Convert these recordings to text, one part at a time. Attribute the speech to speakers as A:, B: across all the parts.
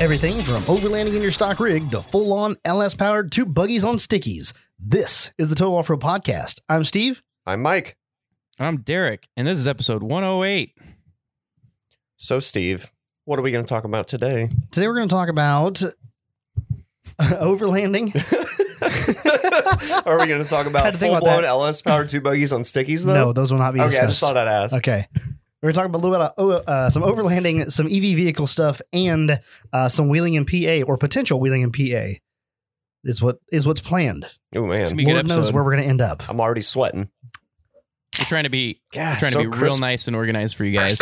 A: Everything from overlanding in your stock rig to full on LS powered two buggies on stickies. This is the Total Off Road Podcast. I'm Steve.
B: I'm Mike.
C: I'm Derek, and this is episode 108.
B: So, Steve, what are we going to talk about today?
A: Today we're going to talk about overlanding.
B: are we going to talk
A: Had
B: about
A: to think
B: full
A: about
B: blown
A: that.
B: LS powered two buggies on stickies,
A: no,
B: though?
A: those will not be
B: okay, I just
A: discussed.
B: thought I'd ask.
A: okay. We're going to talk about a little bit of uh, some overlanding, some EV vehicle stuff, and uh, some wheeling in PA or potential wheeling in PA is what is what's planned.
B: Oh,
C: It's
B: man.
C: gonna be a good
A: Lord knows
C: episode.
A: where we're going to end up.
B: I'm already sweating.
C: We're trying to be
B: Yeah,
C: trying
B: so
C: to be real
B: crisp.
C: nice and organized for you guys.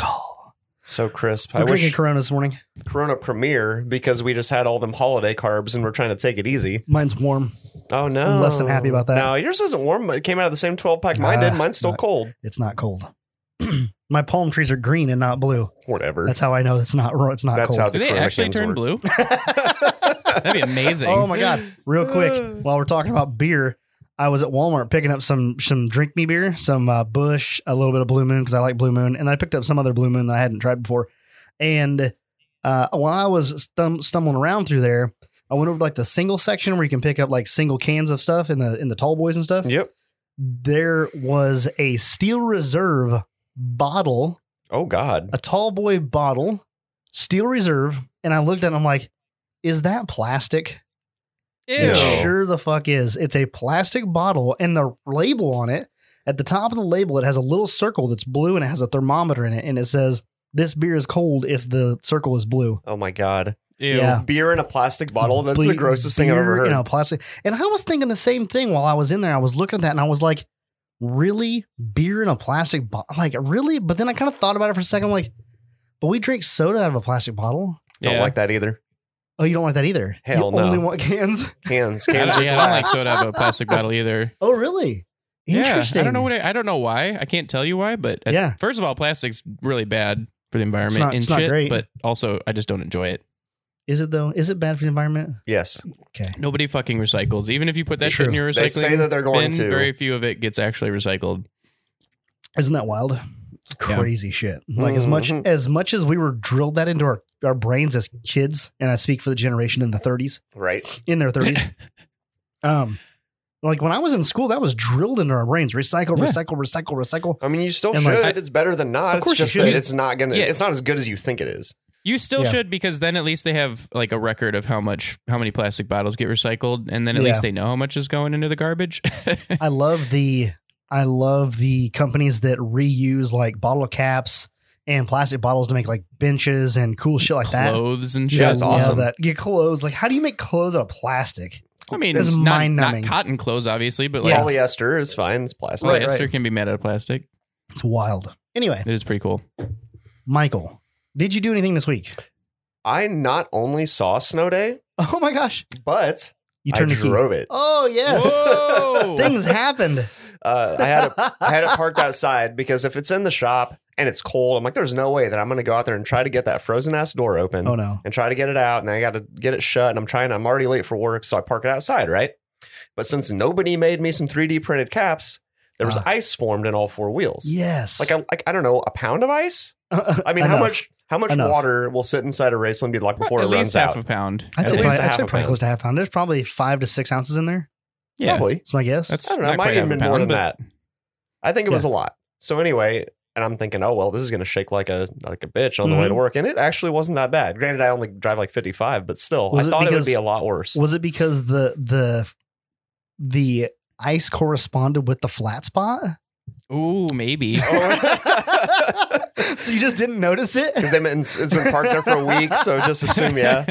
B: So crisp.
A: We're
B: I
A: drinking
B: wish
A: Corona this morning.
B: Corona Premier because we just had all them holiday carbs and we're trying to take it easy.
A: Mine's warm.
B: Oh, no.
A: I'm less than happy about that.
B: No, yours isn't warm. but It came out of the same 12 pack mine
A: Ah,
B: did. Mine's still
A: no.
B: cold.
A: It's not cold. My palm trees are green and not blue.
B: Whatever.
A: That's how I know it's not ro- it's not
B: That's
A: cold.
C: Do they
B: Corona
C: actually
B: cans
C: turn
B: work.
C: blue? That'd be amazing.
A: oh my god! Real quick, while we're talking about beer, I was at Walmart picking up some some drink me beer, some uh, Bush, a little bit of Blue Moon because I like Blue Moon, and I picked up some other Blue Moon that I hadn't tried before. And uh, while I was stum- stumbling around through there, I went over to like the single section where you can pick up like single cans of stuff in the in the tall boys and stuff.
B: Yep.
A: There was a Steel Reserve bottle
B: Oh, God.
A: a tall boy bottle, steel reserve, and I looked at it and I'm like, is that plastic?
C: Ew.
A: It
B: No.
A: sure the fuck is. It's a plastic bottle and the label on it, at the top of the label, it has a little circle that's blue and it has a thermometer in it and it says this beer is cold if the circle is blue.
B: Oh, my God.
C: Ew.
A: Yeah.
B: Beer in a plastic bottle. That's the
A: Ble-
B: grossest thing I've
A: beer
B: ever heard.
A: You know, plastic. And I was thinking the same thing while I was in there. I was looking at that and I was like, really? Beer in a plastic bottle? Like, really? But then I kind of thought about it for a second. I'm like, but we drink soda out of a plastic bottle.
B: Don't
C: Yeah.
B: like that either.
A: Oh, you don't like that either.
B: Hell
A: you
B: no.
A: Only want cans.
B: Cans,
C: I
B: cans
C: don't,
B: are
C: yeah, I don't like
B: glass.
C: soda out of a plastic bottle either.
A: Oh, really?
C: Yeah,
A: Interesting.
C: I don't know what I, I don't know why. I can't tell you why, but uh,
A: Yeah.
C: first of all, plastic's really bad for the environment
A: not-
C: and
A: it's not
C: shit,
A: great.
C: but also I just don't enjoy it.
A: Is it though? Is it bad for the environment?
B: Yes,
A: Okay.
C: Nobody fucking recycles. Even if you put that
A: True.
C: shit in your recycling
B: they say that they're going
C: bin,
B: to.
C: very few of it gets actually recycled.
A: Isn't that wild? It's
C: Yeah.
A: crazy shit. Like as much
B: Mhm.
A: as much as we were drilled that into our, our brains as kids, and I speak for the generation in the 30s,
B: right?
A: in their 30s. um like when I was in school, that was drilled into our brains. Recycle,
C: Yeah.
A: recycle, recycle, recycle.
B: I mean, you still
A: And, like,
B: should.
C: I-
B: it's better than not.
A: Of course
B: it's
A: you
B: just
A: should.
B: that it's not gonna.
C: Yeah.
B: It's not as good as you think it is.
C: You still
A: Yeah.
C: should because then at least they have like a record of how much how many plastic bottles get recycled and then at
A: Yeah.
C: least they know how much is going into the garbage.
A: I love the I love the companies that reuse like bottle caps and plastic bottles to make like benches and cool shit like that.
C: Clothes and shit.
B: Yeah, it's
A: I love
B: awesome.
A: That get clothes. Like, how do you make clothes out of plastic?
C: I mean,
A: It's
C: it's not, not
A: mind-numbing.
C: cotton clothes, obviously, but like
A: Yeah.
B: Polyester is fine. It's plastic.
A: Right,
C: polyester
A: right.
C: can be made out of plastic.
A: It's wild. Anyway,
C: It is pretty cool.
A: Michael, did you do anything this week?
B: I not only saw snow day,
A: Oh my gosh,
B: but
A: you turned
B: I
A: the key.
B: drove it.
A: Oh yes,
C: Whoa!
A: things happened.
B: Uh, I had it. I had it parked outside because if it's in the shop and it's cold, I'm like, there's no way that I'm gonna go out there and try to get that frozen ass door open.
A: oh no,
B: and try to get it out and I got to get it shut and I'm trying I'm already late for work so I park it outside, right? But since nobody made me some 3D printed caps, there was
A: Ah.
B: ice formed in all four wheels.
A: yes.
B: Like I like I don't know, a pound of ice? I mean, how
A: Enough.
B: much how much
A: Enough.
B: water will sit inside a race Olympiad lock before
C: at
B: it runs
C: least
B: out?
C: half a pound.
A: I'd
B: At
A: say probably,
B: least a
A: I'd
B: half
A: say
B: a
A: probably
B: pound.
A: close to half pound. There's probably five to six ounces in there.
C: yeah,
B: Probably.
A: That's my guess.
C: That's
B: I don't know,
C: not
B: it might
C: quite
B: even
C: half a
B: been more
C: pound,
B: than
C: but-
B: I think it was a lot. So anyway, and I'm thinking, oh well, this is gonna shake like a like a bitch on the
A: Mm-hmm.
B: way to work. And it actually wasn't that bad. Granted, I only drive like 55, but still,
A: Was
B: I
A: it
B: thought it would
A: because-
B: be a lot worse.
A: Was it because the the the ice corresponded with the flat spot?
C: Ooh, maybe.
B: Oh.
A: so you just didn't notice it?
B: because they've been it's been parked there for a week, so just assume yeah.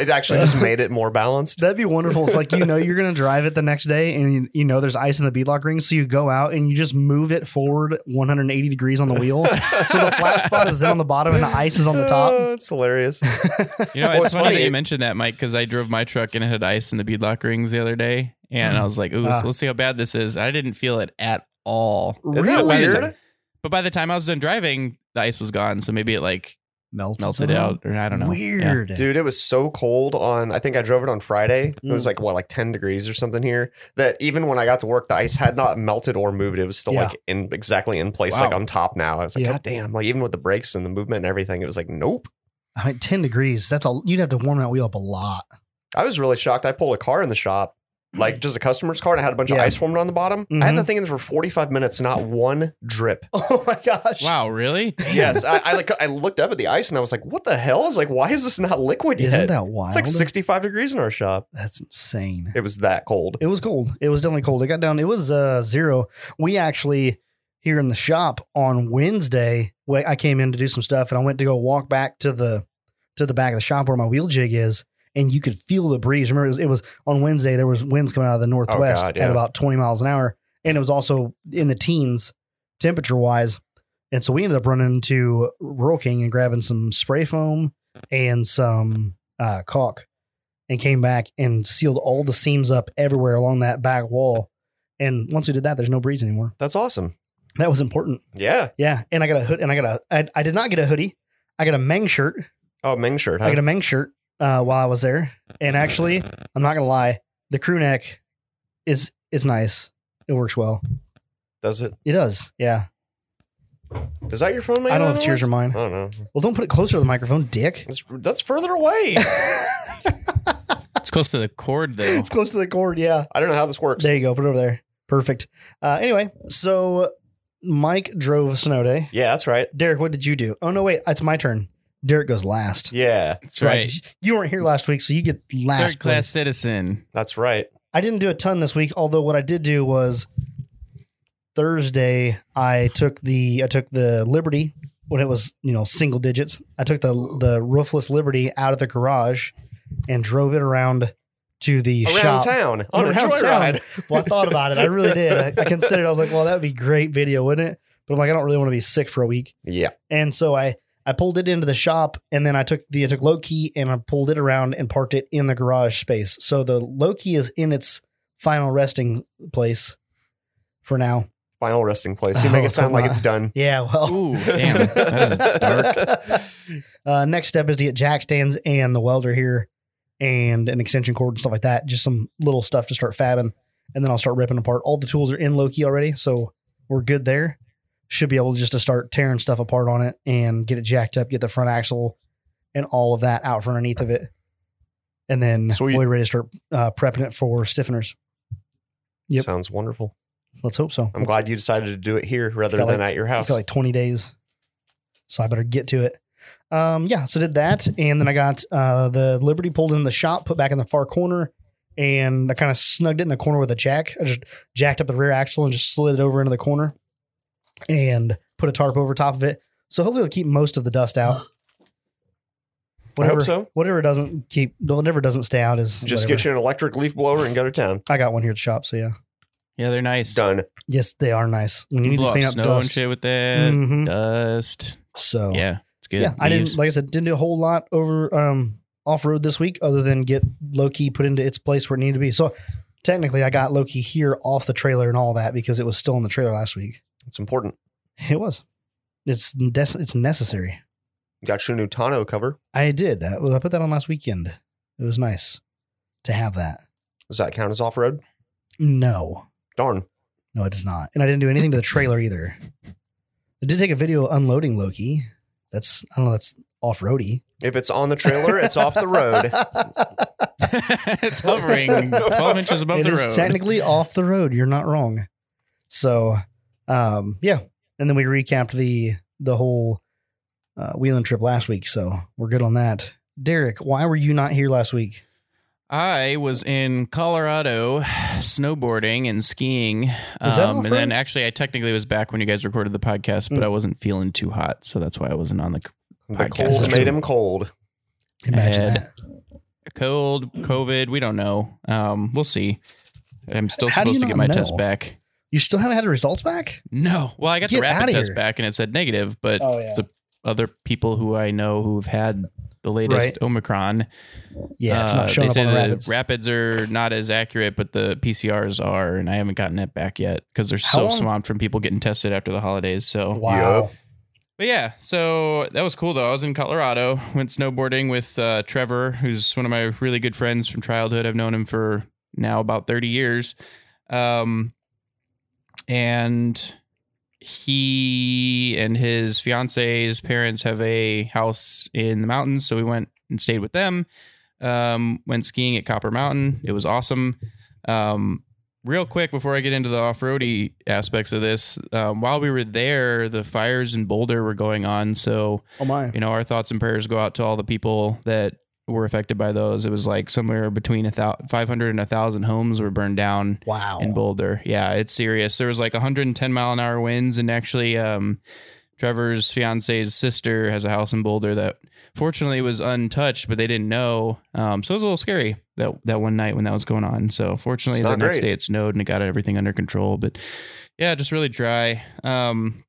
B: It actually just made it more balanced.
A: That'd be wonderful. It's like you know you're gonna drive it the next day, and you, you know there's ice in the beadlock ring, so you go out and you just move it forward 180 degrees on the wheel, so the flat spot is then on the bottom and the ice is on the top.
B: Oh, it's hilarious.
C: You know,
B: Well,
C: it's
B: it's
C: funny, that
B: funny-
C: you mentioned that, Mike, because I drove my truck and it had ice in the beadlock rings the other day, and I was like, "Ooh,
A: Ah.
C: so let's see how bad this is." I didn't feel it at all.
B: Isn't that
C: Really?
B: weird?
C: But by the time I was done driving, the ice was gone, so maybe it like
A: Melted,
C: melted
A: somehow?
C: out, or I don't know. Yeah.
A: Weird,
B: Dude, it was so cold on I think I drove it on Friday. It was
A: Mm.
B: like what, like 10 degrees or something here. That even when I got to work, the ice had not melted or moved. It was still
A: Yeah.
B: like in exactly in place, like
C: Wow.
B: on top now. I was like,
A: Yeah.
B: God damn. Like even with the brakes and the movement and everything, it was like, nope.
A: I mean, ten degrees. That's a you'd have to warm that wheel up a lot.
B: I was really shocked. I pulled a car in the shop, like just a customer's car, and I had a bunch of
A: Yeah.
B: ice formed on the bottom. I had
A: Mhm.
B: the thing in there for 45 minutes, not one drip.
A: Oh my gosh!
C: Wow, really?
B: yes, I, I like I looked up at the ice and I was like, "What the hell?" I was like, "Why is this not liquid yet?"
A: Isn't that wild?
B: it's like 65 degrees in our shop.
A: That's insane.
B: It was that cold.
A: It was cold. It was definitely cold. It got down. It was uh, zero. We actually here in the shop on Wednesday. wa- I came in to do some stuff, and I went to go walk back to the to the back of the shop where my wheel jig is, and you could feel the breeze. Remember, it was, it was on Wednesday. There was winds coming out of the northwest
B: Oh,
A: at
B: God, yeah.
A: about twenty miles an hour, and it was also in the teens temperature wise. And so we ended up running to Rural King and grabbing some spray foam and some uh, caulk and came back and sealed all the seams up everywhere along that back wall. And once we did that, there's no breeze anymore.
B: That's awesome.
A: That was important.
B: Yeah.
A: Yeah. And I got a hood and I got a, I, I did not get a hoodie. I got a Meng shirt.
B: Oh, Ming shirt.
A: I got
B: Huh?
A: a Meng shirt uh, while I was there. And actually, I'm not going to lie. The crew neck is, is nice. It works well.
B: Does it?
A: It does. Yeah.
B: Is that your phone?
A: I don't know if tears are
B: I
A: mine.
B: don't know.
A: Well, don't put it closer to the microphone, dick.
B: That's, that's further away.
C: It's close to the cord though.
A: It's close to the cord. Yeah.
B: I don't know how this works.
A: There you go. Put it over there. Perfect. Uh, anyway, so Mike drove Snow Day.
B: yeah, that's right.
A: Derek, what did you do? Oh no, wait, it's my turn. Derek goes last.
B: Yeah,
C: That's right.
A: 'cause You weren't here last week, so you get last
C: Third class
A: place.
C: citizen.
B: that's right.
A: I didn't do a ton this week, although what I did do was Thursday I took the I took the Liberty when it was, you know, single digits. I took the the roofless Liberty out of the garage and drove it around to the
B: Around
A: shop.
B: town on
A: Around
B: a joyride.
A: Well, I thought about it. I really did. I, I considered. I was like, well, that would be a great video, wouldn't it? But I'm like, I don't really want to be sick for a week.
B: Yeah,
A: And so I I pulled it into the shop and then I took the I took low key and I pulled it around and parked it in the garage space. So the low key is in its final resting place for now.
B: final resting place. You make
A: Oh,
B: it sound
A: come
B: like
A: on.
B: it's done.
A: Yeah, well.
C: Ooh, damn. That is dark.
A: Uh, next step is to get jack stands and the welder here and an extension cord and stuff like that. Just some little stuff to start fabbing. And then I'll start ripping apart. All the tools are in low key already, so we're good there. Should be able just to start tearing stuff apart on it and get it jacked up, get the front axle and all of that out from underneath of it. And then
B: Sweet.
A: we're ready to start uh, prepping it for stiffeners. Yep.
B: Sounds wonderful.
A: Let's hope so.
B: I'm glad you decided to do it here rather
A: Got
B: than
A: like-
B: at your
A: I've
B: house.
A: got like 20 days. So I better get to it. Um, yeah, so did that. And then I got uh, the Liberty pulled in the shop, put back in the far corner, and I kind of snugged it in the corner with a jack. I just jacked up the rear axle and just slid it over into the corner and put a tarp over top of it. So hopefully it'll keep most of the dust out.
B: I
A: Whatever,
B: hope so.
A: whatever doesn't keep, whatever doesn't stay out is
B: Just
A: whatever.
B: get you an electric leaf blower and go to town.
A: I got one here at the shop, so yeah.
C: Yeah, they're nice.
B: Done.
A: Yes, they are nice. When you need
C: blow
A: to clean
C: off
A: up
C: snow and
A: dust, Oh.
C: shit with that.
A: Mhm.
C: Dust.
A: so
C: Yeah, it's good.
A: Yeah, I didn't
C: Leaves.
A: like I said didn't do a whole lot over um off road this week other than get Loki put into its place where it needed to be. So technically, I got Loki here off the trailer and all that because it was still in the trailer last week.
B: It's important.
A: It was. It's des- it's necessary.
B: Got you a new tonneau cover.
A: I did that. Was I put that on last weekend? It was nice to have that.
B: Does that count as off road?
A: No,
B: Darn.
A: no, it does not. And I didn't do anything to the trailer either. I did take a video unloading Loki. That's I don't know. That's off roady.
B: If it's on the trailer, it's off the road.
C: it's hovering 12 inches above
A: It
C: the
A: is
C: road.
A: technically off the road. You're not wrong. So, um, yeah. And then we recapped the the whole uh, wheeling trip last week, so we're good on that. Derek, why were you not here last week?
C: I was in Colorado snowboarding and skiing.
A: Is that Mm.
C: Um,
A: off-road?
C: and then actually, I technically was back when you guys recorded the podcast, but I wasn't feeling too hot. So that's why I wasn't on the c-
B: The
C: Podcast
B: cold
A: is
B: made
A: true.
B: him cold.
A: Imagine
C: Uh,
A: that.
C: cold, COVID. We don't know. Um, we'll see. I'm still
A: How do you
C: supposed to
A: not
C: get my
A: know?
C: test back.
A: You still haven't had the results back?
C: No. Well, I got
A: Get
C: the
A: outta
C: rapid test
A: here.
C: back and it said negative, but
A: Oh, yeah.
C: the other people who I know who've had the latest
A: Right.
C: Omicron,
A: Yeah, it's not
C: uh,
A: showing
C: they
A: up
C: say
A: on the
C: that
A: rapids.
C: rapids are not as accurate, but the PCRs are, and I haven't gotten it back yet because they're
A: How
C: so
A: long-
C: swamped from people getting tested after the holidays. So
A: Wow.
C: but yeah, so that was cool though. I was in Colorado, went snowboarding with uh, Trevor, who's one of my really good friends from childhood. I've known him for now about 30 years. Um, and he and his fiance's parents have a house in the mountains, so we went and stayed with them. Um, went skiing at Copper Mountain. It was awesome. Um, real quick before I get into the off roady aspects of this, um, while we were there, the fires in Boulder were going on, so
A: Oh my.
C: you know our thoughts and prayers go out to all the people that were affected by those. It was like somewhere between a thou- 500 and a thousand homes were burned down
A: Wow.
C: in Boulder. Yeah, it's serious. There was like 110 mile an hour winds, and actually, um, Trevor's fiance's sister has a house in Boulder that fortunately was untouched, but they didn't know. Um, so it was a little scary that that one night when that was going on. So fortunately,
B: It's
C: the
B: not
C: next
B: great.
C: day it snowed and it got everything under control. But yeah, just really dry. Um,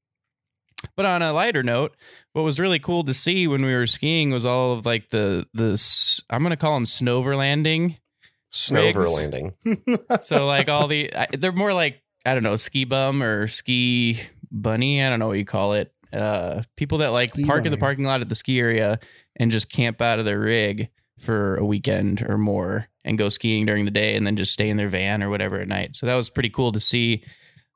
C: but on a lighter note, what was really cool to see when we were skiing was all of like the the s- I'm gonna call them snowverlanding.
B: Snowver
C: Rigs.
B: landing.
C: So like all the I, they're more like I don't know ski bum or ski bunny. I don't know what you call it. Uh, people that like
A: Ski
C: park in the
A: bunny.
C: parking lot at the ski area and just camp out of their rig for a weekend or more and go skiing during the day and then just stay in their van or whatever at night. So that was pretty cool to see.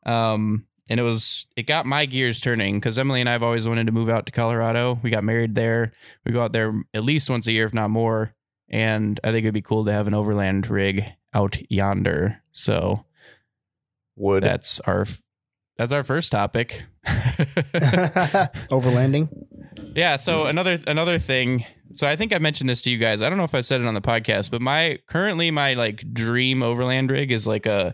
C: Um, and it was it got my gears turning because Emily and I have always wanted to move out to Colorado. We got married there. We go out there at least once a year, if not more. And I think it'd be cool to have an overland rig out yonder. So
B: Would
C: that's our that's our first topic.
A: Overlanding.
C: Yeah. So another another thing. So I think I mentioned this to you guys. I don't know if I said it on the podcast, but my currently my like dream overland rig is like a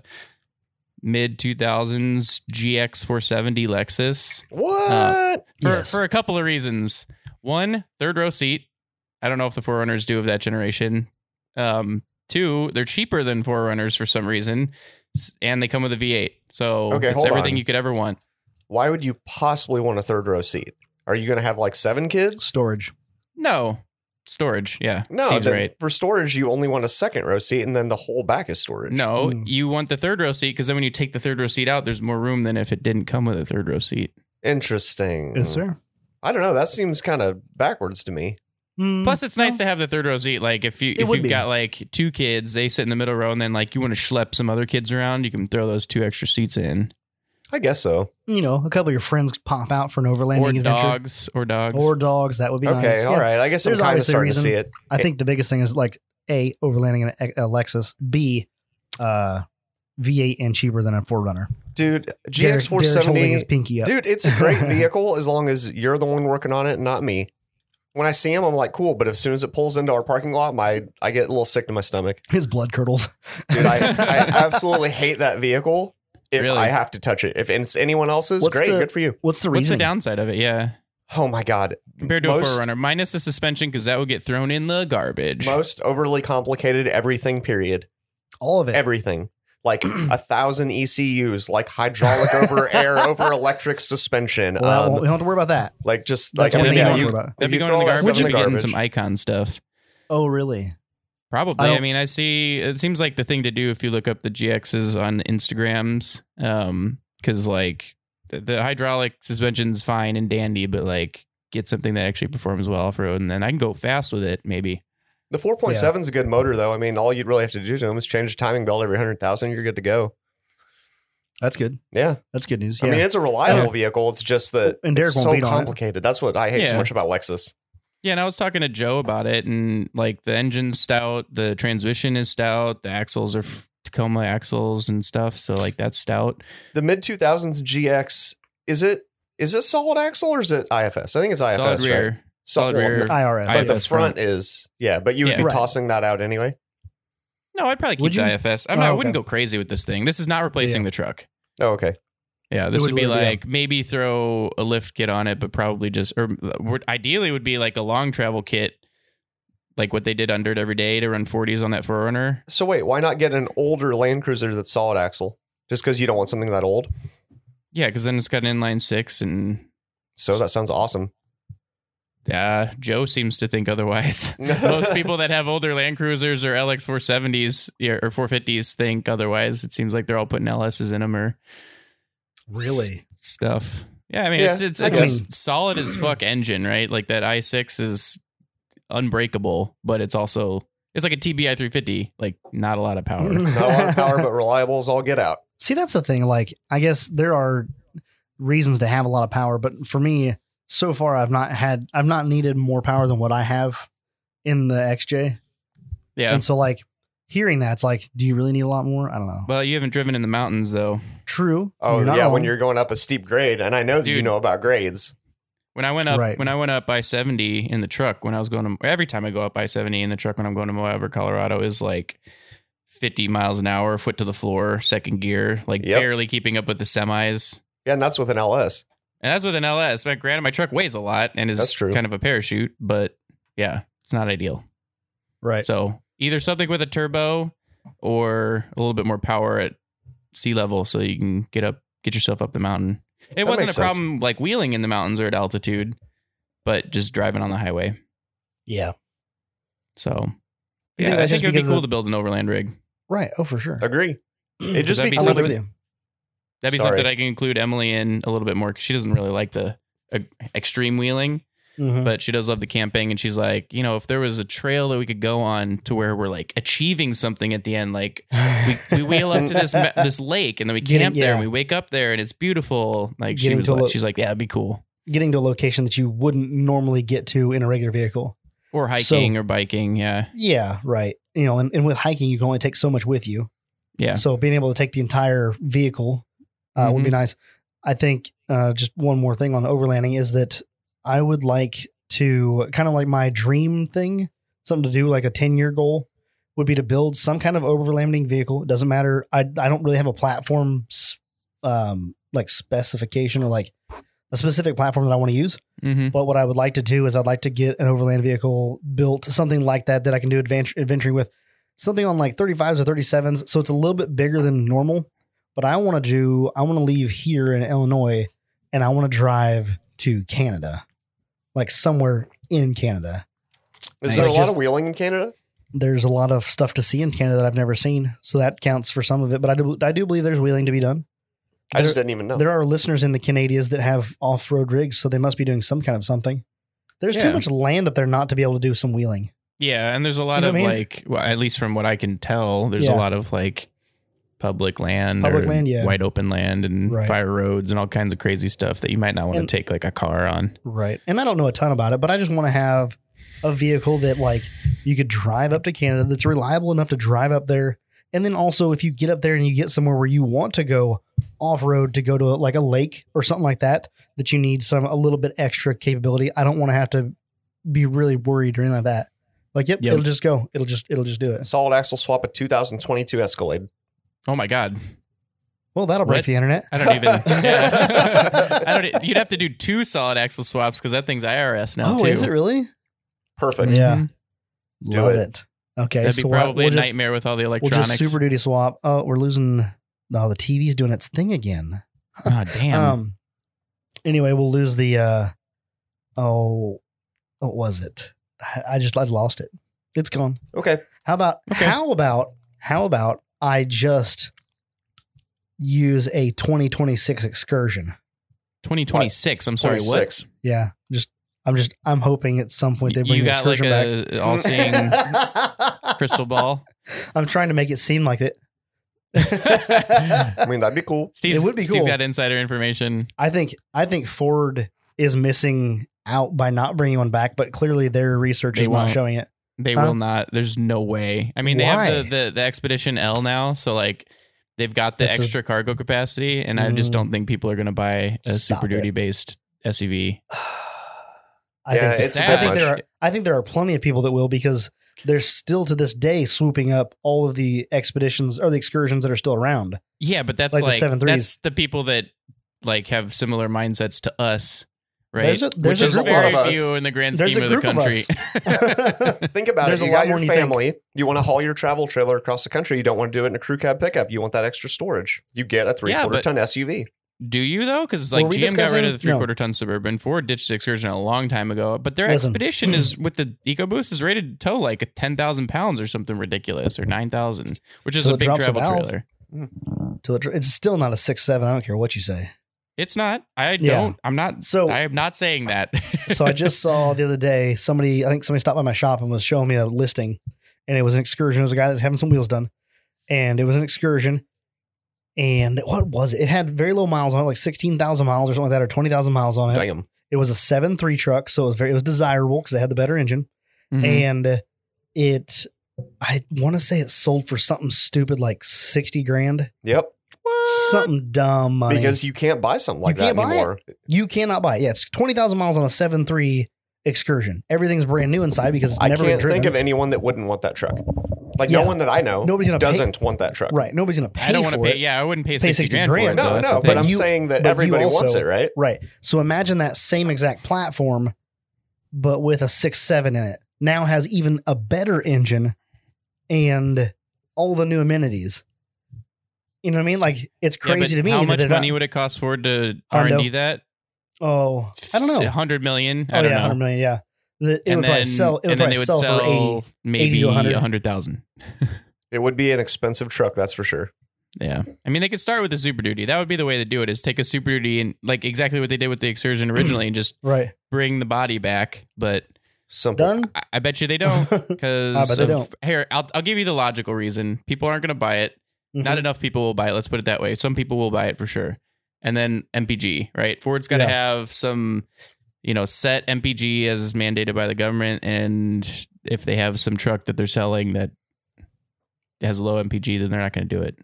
C: mid two thousands GX four seventy Lexus
B: what?
C: for
A: Yes.
C: for a couple of reasons. One, third row seat. I don't know if the forerunners do of that generation. Um, two, they're cheaper than forerunners for some reason, s- and they come with a V eight. So
B: Okay,
C: it's
B: hold
C: everything
B: on.
C: you could ever want.
B: Why would you possibly want a third row seat? Are you going to have like seven kids?
A: Storage.
C: No storage. Yeah,
B: No,
C: Steve's
B: then
C: right.
B: for storage, you only want a second row seat, and then the whole back is storage. Hmm.
C: No,
A: Mm.
C: you want the third row seat because then when you take the third row seat out, there's more room than if it didn't come with a third row seat.
B: Interesting.
A: Yes, sir.
B: I don't know. That seems kind of backwards to me.
A: Mm.
B: Hmm.
C: Plus, it's nice to have the third row seat. Like if you if
A: would
C: you've
A: be.
C: got like two kids, they sit in the middle row, and then like you want to schlep some other kids around, you can throw those two extra seats in,
B: I guess so.
A: you know, a couple of your friends pop out for an overlanding
C: or
A: adventure.
C: dogs, or dogs,
A: Or dogs. That would be
B: okay.
A: nice.
B: all
A: Yeah.
B: right. I guess
A: There's
B: I'm kind
A: obviously
B: of
A: a
B: starting
A: reason.
B: to see it.
A: I think the biggest thing is like A, overlanding in a, a Lexus, B, uh, V8 and cheaper than a Forerunner.
B: Dude,
A: Derek- Derek's holding his
B: GX470.
A: pinky up.
B: Dude, it's a great vehicle as long as you're the one working on it, not me. When I see him, I'm like, cool. But as soon as it pulls into our parking lot, my I get a little sick to my stomach.
A: His blood curdles.
B: Dude, I, I absolutely hate that vehicle. If
C: Really?
B: I have to touch it, if it's anyone else's,
A: What's
B: great,
A: the-
B: good for you.
A: What's the
C: What's the
A: reason?
C: downside of it? Yeah,
B: Oh my god,
C: compared to
B: Most-
C: a forerunner, minus the suspension because that would get thrown in the garbage.
B: most overly complicated everything. Period.
A: All of it.
B: Everything like a thousand ECUs, like hydraulic over air, over electric suspension.
A: well, that won't- we
B: um,
A: don't have to worry about that.
B: like just like
A: That's one
C: I
A: thing you
C: mean, yeah,
A: don't have to
B: you-
A: worry about.
C: That'd be
B: If you
C: going
B: throw
C: in the
B: all that
C: garbage.
B: stuff in
C: Would you
B: the
C: be
B: garbage?
C: getting some icon stuff?
A: Oh, really? I
C: Probably.
A: don't-
C: I, mean, I see. It seems like the thing to do if you look up the GXs on Instagrams, um, because like the, the hydraulic suspension's fine and dandy, but like get something that actually performs well off road, and then I can go fast with it. Maybe.
B: The 4.7 is a good motor, though. I mean, all you'd really have to do to them is change the timing belt every 100,000. You're good to go.
A: That's good.
B: Yeah.
A: That's good news.
B: I
A: Yeah.
B: mean, it's a reliable vehicle. It's just that
A: And Derek
B: it's
A: won't
B: so
A: beat on it.
B: complicated. That's what I hate so
C: Yeah.
B: much about Lexus.
C: Yeah, and I was talking to Joe about it, and like the engine's stout, the transmission is stout, the axles are f- Tacoma axles and stuff, so like that's stout.
B: The mid 2000s GX, is it is it solid axle or is it IFS? I think it's IFS.
C: solid
B: right?
C: rear,
B: So-
C: solid
B: well,
C: rear.
B: no,
A: IRS.
B: But the
C: IFS
B: front
C: front.
B: is, yeah, but you would
C: Yeah.
B: be
A: Right.
B: tossing that out anyway.
C: No, I'd probably
A: Would
C: keep
A: you?
C: the IFS. I'm
A: Oh,
C: not, I wouldn't
A: okay.
C: go crazy with this thing. This is not replacing the truck.
B: Oh, okay.
C: Yeah, this
A: would
C: would, be
A: literally be
C: like maybe throw a lift kit on it, but probably just or uh, would- ideally would be like a long travel kit, like what they did under it every day to run 40s on that Forerunner.
B: So, wait, why not get an older Land Cruiser that's solid axle? Just because you don't want something that old?
C: Yeah, because then it's got an inline six, and
B: So, that sounds awesome.
C: uh, Joe seems to think otherwise. Most people that have older Land Cruisers or LX 470s yeah, or 450s think otherwise. It seems like they're all putting LSs in them or
A: really?
C: stuff. Yeah, I mean
B: Yeah,
C: it's it's
B: I
C: it's
A: guess.
C: a solid as fuck engine, right? Like that i six is unbreakable, but it's also it's like a TBI three fifty, like not a lot of power.
B: Not a lot of power, but reliable as all get out.
A: See, that's the thing. Like, I guess there are reasons to have a lot of power, but for me, so far I've not had I've not needed more power than what I have in the XJ.
C: Yeah.
A: And so like hearing that, it's like, do you really need a lot more? I don't know.
C: Well, you haven't driven in the mountains though.
A: True.
B: Oh
A: You're not
B: yeah, when
A: wrong.
B: you're going up a steep grade, and I know that you
C: Dude.
B: know about grades.
C: When I went up,
A: Right.
C: when I went up I seventy in the truck, when I was going to every time I go up I seventy in the truck when I'm going to Moab or Colorado is like fifty miles an hour, foot to the floor, second gear, like
B: Yep.
C: barely keeping up with the semis.
B: Yeah, and that's with an LS.
C: And that's with an LS. But granted, my truck weighs a lot and is
B: That's true.
C: kind of a parachute, but yeah, it's not ideal.
A: right.
C: So either something with a turbo or a little bit more power at sea level so you can get up get yourself up the mountain. It
B: That
C: wasn't a
B: makes sense.
C: problem like wheeling in the mountains or at altitude, but just driving on the highway.
A: yeah.
C: So
A: You think
C: yeah, I
A: that's
C: think
A: just
C: it would be
A: because of the-
C: cool to build an overland rig.
A: Right. Oh, for sure. Mm-hmm.
B: Agree. It'd just
C: Mm, That'd
B: be,
C: be
A: I'm
B: cool
A: with
C: something
B: to-
A: you.
C: That'd be
B: Sorry.
C: something I can include Emily in a little bit more because she doesn't really like the uh, extreme wheeling.
A: Mhm.
C: but she does love the camping and she's like you know if there was a trail that we could go on to where we're like achieving something at the end like
A: Mm-hmm.
C: we, we wheel up to this ma- this lake and then we
A: Getting-
C: camp there and
A: yeah.
C: we wake up there and it's beautiful like she
A: Getting
C: was
A: to
C: like,
A: lo-
C: she's like yeah it'd be cool
A: Getting to a location that you wouldn't normally get to in a regular vehicle.
C: or hiking or biking yeah
A: Yeah, right. You know, and, and with hiking, you can only take so much with you.
C: yeah
A: So being able to take the entire vehicle uh, would be nice. I think uh, just one more thing on overlanding is that I would like to kind of like my dream thing, something to do like a 10 year goal would be to build some kind of overlanding vehicle. It doesn't matter. I, I don't really have a platform s- um, like specification or like a specific platform that I want to use.
C: mm-hmm.
A: But what I would like to do is I'd like to get an overland vehicle built, something like that that I can do adventure, adventuring with, something on like 35s or 37s. So it's a little bit bigger than normal. But I want to do, I want to leave here in Illinois and I want to drive to Canada, like somewhere in Canada.
B: Is
C: Nice.
B: there a lot
A: Just-
B: of wheeling in Canada?
A: There's a lot of stuff to see in Canada that I've never seen. So that counts for some of it. But I do, I do believe there's wheeling to be done.
B: I just
A: There-
B: didn't even know.
A: There are listeners in the Canadias that have off road rigs. So they must be doing some kind of something. There's too
C: Yeah.
A: much land up there not to be able to do some wheeling.
C: yeah and there's a lot
A: You know
C: of
A: what I mean?
C: like well at least from what i can tell there's
A: Yeah.
C: a lot of like public land
A: Public
C: or
A: land, yeah.
C: wide open land and
A: Right.
C: fire roads and all kinds of crazy stuff that you might not want
A: And-
C: to take like a car on
A: Right. And I don't know a ton about it, but I just want to have a vehicle that like you could drive up to Canada that's reliable enough to drive up there. And then also if you get up there and you get somewhere where you want to go off road to go to like a lake or something like that, that you need some a little bit extra capability. I don't want to have to be really worried or anything like that. Like, yep,
C: Yep.
A: it'll just go. It'll just it'll just do it.
B: Solid axle swap a 2022 Escalade.
C: oh my god
A: Well, that'll break
C: What?
A: the internet.
C: I don't even. Yeah. I don't. e, You'd have to do two solid axle swaps because that thing's IRS now
A: oh,
C: too.
A: is it really?
B: Perfect.
A: Yeah.
C: Mhm.
B: Do
A: Love
B: it.
A: it. Okay.
C: That'd
A: so
C: be probably
A: we'll
C: a
A: just-
C: nightmare with all the
A: We'll
C: electronics.
A: just Super Duty swap. Oh, we're losing. No, the TV's doing its thing again.
C: Ah, damn.
A: Um. Anyway, we'll lose the. uh Oh, what was it? I- I just I lost it. It's gone.
B: Okay.
A: How about
C: Okay.
A: how about how about I just use a 2026 excursion?
C: 2026. I'm sorry. What?
B: 26.
A: Yeah, just I'm just I'm hoping at some point they bring
C: you
A: the
C: got like
A: excursion back.
C: a all-seeing crystal ball.
A: I'm trying to make it seem like it.
B: I mean, that'd be cool.
C: Steve.
A: It would be
C: Steve's
A: cool.
C: got insider information.
A: I think I think Ford is missing out by not bringing one back, but clearly their research
C: They
A: is not
C: won't.
A: showing it.
C: They
A: Huh?
C: will not. There's no way. I mean, they
A: Why?
C: have the, the the Expedition L now, so like they've got the
A: That's a-
C: extra cargo capacity, and I just
A: Mm.
C: don't think people are going to buy a
A: Stop
C: Super
A: it.
C: Duty based SUV.
A: I
B: Yeah,
A: think
B: it's
C: a
A: I
C: bit
A: think there
B: much.
A: are I think there are plenty of people that will because they're still to this day swooping up all of the expeditions or the excursions that are still around.
C: Yeah, but that's
A: Like
C: like,
A: the 7.3s.
C: that's the people that like have similar mindsets to us, right?
A: There's a- there's
B: a
C: Which is
B: group
C: very
B: of us.
C: few in the grand
A: There's
C: scheme
A: a
C: of the
A: group of
C: country.
B: Think about
A: There's
B: it.
A: a
B: You
A: lot more
B: got your
A: than you think.
B: family. You want to haul your travel trailer across the country. You don't want to do it in a crew cab pickup. You want that extra storage. You get a three quarter
C: but-
B: ton SUV.
C: Do you though? Because
A: Were
C: like
A: we
C: GM got rid
A: discussing-
C: of the three
A: no.
C: quarter ton suburban, Ford ditched the excursion a long time ago. But their
A: Listen.
C: expedition is with the EcoBoost is rated to tow like ten thousand pounds or something ridiculous or nine thousand, which is
A: So
C: a
A: it
C: big
A: drops a
C: travel
A: valve.
C: trailer.
A: To the, it's still not a six seven. I don't care what you say.
C: It's not. I don't.
A: Yeah.
C: I'm not.
A: So
C: I am not saying that.
A: so I just saw the other day somebody I think somebody stopped by my shop and was showing me a listing and it was an excursion. It was a guy that's having some wheels done. And it was an excursion. And what was it? It had very low miles on it, like 16,000 miles or something like that, or 20,000 miles on it.
B: Damn.
A: It was a seven three truck, so it was very, it was desirable because it had the better engine.
C: Mhm.
A: And it, I want to say it sold for something stupid like 60 grand,
B: Yep.
A: something dumb money.
B: Because you can't buy something like
A: You can't
B: that
A: buy it.
B: anymore.
A: you cannot buy it. Yeah, it's 20,000 miles on a seven three excursion. Everything's brand new inside because it's
B: I
A: never been
B: can't
A: driven.
B: think of anyone that wouldn't want that truck. Like
A: Yeah.
B: no one that I know
A: Nobody's gonna pay-
B: doesn't want that truck.
A: right. Nobody's going to pay
C: I don't
A: for
C: want to pay.
A: it.
C: Yeah, I wouldn't pay,
A: Pay
C: 60
A: 60
C: grand, for it.
A: grand.
C: though.
B: No,
C: That's
B: no,
C: the
B: but
C: thing.
B: I'm
A: You-
B: saying that
A: but you
B: everybody wants
A: also-
B: it, right?
A: Right. So imagine that same exact platform, but with a six seven in it. Now has even a better engine and all the new amenities. You know what I mean? Like it's
C: Yeah, but
A: crazy to me.
C: How
A: that
C: much
A: they're
C: money
A: Not,
C: would it cost Ford to R
A: Hundo.
C: and D that?
A: oh, I don't know.
C: 100 million. I
A: Oh
C: don't
A: yeah,
C: know.
A: hundred million. Yeah, The- it
C: and
A: would probably
C: then,
A: sell. It would
C: and then
A: probably
C: they would
A: sell,
C: sell,
A: for eighty.
C: maybe
A: 100.
C: 100,000.
B: It would be an expensive truck, that's for sure.
C: Yeah. I mean, they could start with the Super Duty. That would be the way to do it is take a Super Duty and like exactly what they did with the Excursion originally and just
A: Right.
C: bring the body back. But
B: Simple.
A: Done.
C: I, I bet you they don't
A: I
C: because
A: bet Ah, they don't.
C: here, I'll, I'll give you the logical reason. People aren't going to buy it.
A: Mm-hmm.
C: Not enough people will buy it. Let's put it that way. Some people will buy it for sure. And then MPG, right? Ford's got to
A: Yeah.
C: have some, you know, set MPG as is mandated by the government. And if they have some truck that they're selling that has low MPG, then they're not going to do it.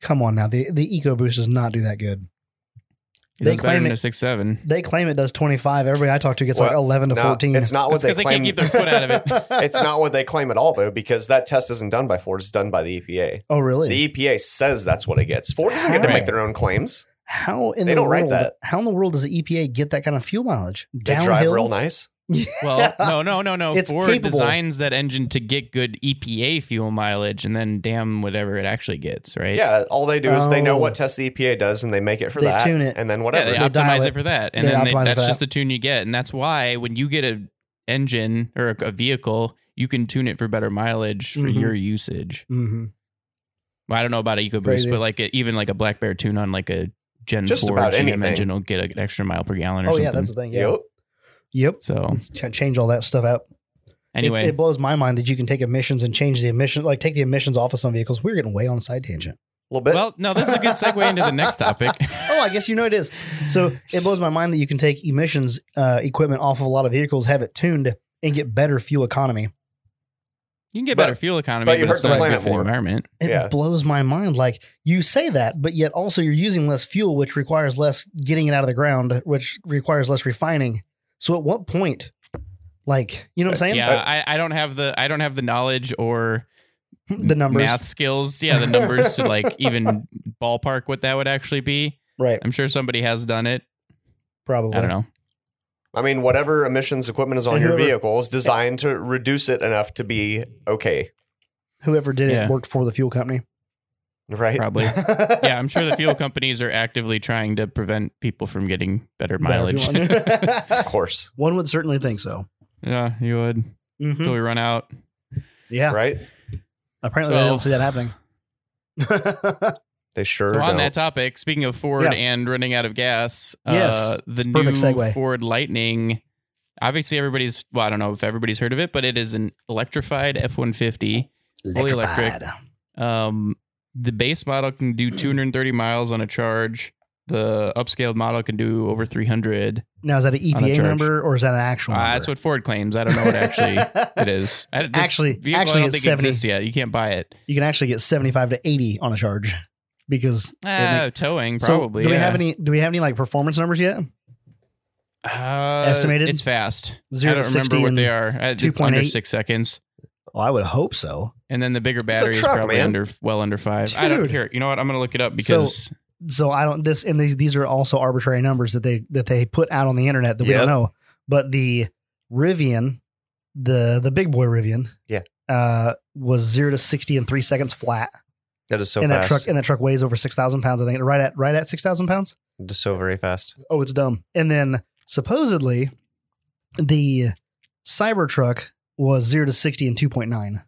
A: Come on now. The the EcoBoost does not do that good.
C: It
A: They
C: does better
A: claim
C: than
A: it-
C: a six seven.
A: They claim it does twenty five. Everybody I talk to gets like
B: Well,
A: eleven to
B: No,
A: fourteen.
B: It's not what
C: That's 'cause
B: they
C: they can't
B: claim.
C: keep their foot out of it.
B: it's not what they claim at all, though, because that test isn't done by Ford. It's done by the E EPA.
A: oh really?
B: The EPA says that's what it gets. Ford doesn't get to
C: Right.
B: make their own claims.
A: How in
B: They
A: the
B: don't write
A: world?
B: that.
A: How in the world does the EPA get that kind of fuel mileage?
B: They drive real nice.
C: Well, no, no, no, no.
A: It's
C: Ford
A: capable.
C: designs that engine to get good EPA fuel mileage, and then damn whatever it actually gets, right?
B: Yeah, all they do is they know
A: Oh.
B: what test the EPA does and they make it for
A: They
B: that.
A: tune it.
B: And then
C: Yeah,
B: whatever.
C: they
A: They dial
C: optimize it,
A: it.
C: for that, and
A: They
C: then they,
A: optimize it
C: that's
A: for
C: just
A: that.
C: the tune you get, and that's why when you get a engine or a, a vehicle, you can tune it for better mileage for
A: Mhm.
C: your usage.
A: hmm
C: Well, I don't know about an EcoBoost,
A: Crazy.
C: but like a, even like a Black Bear tune on like a Gen
B: Just
C: Four
B: about
C: GM
B: anything.
C: engine will get an extra mile per gallon or
A: Oh
C: something.
A: yeah, that's the thing. Yeah.
B: Yup.
A: Yep.
C: so
A: Ch- Change all that stuff out.
C: anyway,
A: it, it blows my mind that you can take emissions and change the emissions, like take the emissions off of some vehicles. We're getting way on a side tangent.
B: A little bit.
C: well, no, this is a good segue into the next topic.
A: Oh, I guess you know it is. So it blows my mind that you can take emissions uh, equipment off of a lot of vehicles, have it tuned, and get better fuel economy.
C: You can get
B: But-
C: better fuel economy,
B: but
C: but,
B: you hurt
C: it's
B: the
C: not as good
B: planet
C: for the
B: more.
C: environment.
A: It
B: Yeah.
A: blows my mind. Like you say that, but yet also you're using less fuel, which requires less getting it out of the ground, which requires less refining. So at what point, like, you know what I'm saying?
C: Uh, Yeah, I, I don't have the I don't have the knowledge or
A: The numbers.
C: math skills. Yeah, the numbers to like even ballpark what that would actually be.
A: Right.
C: I'm sure somebody has done it.
A: Probably.
C: I don't know.
B: I mean, whatever emissions equipment is on
A: And
B: your
A: whoever-
B: vehicle is designed to reduce it enough to be okay,
A: Whoever did
C: Yeah.
A: it worked for the fuel company.
B: right?
C: Probably. yeah, I'm sure the fuel companies are actively trying to prevent people from getting better mileage.
B: Of course,
A: One would certainly think so.
C: yeah, you would.
A: Mhm.
C: Until we run out.
A: Yeah.
B: right?
A: Apparently, I
C: So-
A: don't see that happening.
B: They sure
C: So on
B: don't.
C: that topic, speaking of Ford
A: Yeah.
C: and running out of gas,
A: Yes.
C: uh, the new
A: Perfect segue.
C: Ford Lightning. Obviously, everybody's well. I don't know if everybody's heard of it, but it is an electrified F one fifty. Fully electric.
A: Electrified.
C: Um, the base model can do 230 miles on a charge. The upscaled model can do over 300.
A: Now, is that an
C: On a
A: EPA
C: charge.
A: number or is that an actual?
C: Uh,
A: number?
C: that's what Ford claims. I don't know what actually it is. I, this
A: Actually-
C: vehicle,
A: actually
C: I don't
A: it's
C: think
A: 70.
C: exists yet. You can't buy it.
A: you can actually get seventy-five to eighty on a charge because
C: Ah, towing
A: Uh, So,
C: probably.
A: do we
C: yeah.
A: have any? Do we have any like performance numbers yet?
C: Uh,
A: estimated?
C: It's fast.
A: Zero to
C: I don't remember
A: 60
C: what
A: in-
C: they are. Uh, It's under
A: 2.8.
C: six seconds.
A: Well, Oh, I would hope so.
C: And then the bigger battery
B: truck,
C: is probably
B: man.
C: under well under five. I don't
A: Dude.
C: care. You know what? I'm gonna look it up
A: So-
C: because
A: So I don't. This and these these are also arbitrary numbers that they that they put out on the internet that we
B: Yep.
A: don't know. But the Rivian, the the big boy Rivian,
B: Yeah.
A: uh, was zero to sixty in three seconds flat.
B: that is so
A: and that
B: fast.
A: truck and that truck weighs over six thousand pounds. I think right at right at six thousand pounds.
B: It is so very fast.
A: Oh, it's dumb. And then supposedly, the Cybertruck was zero to sixty in two point nine.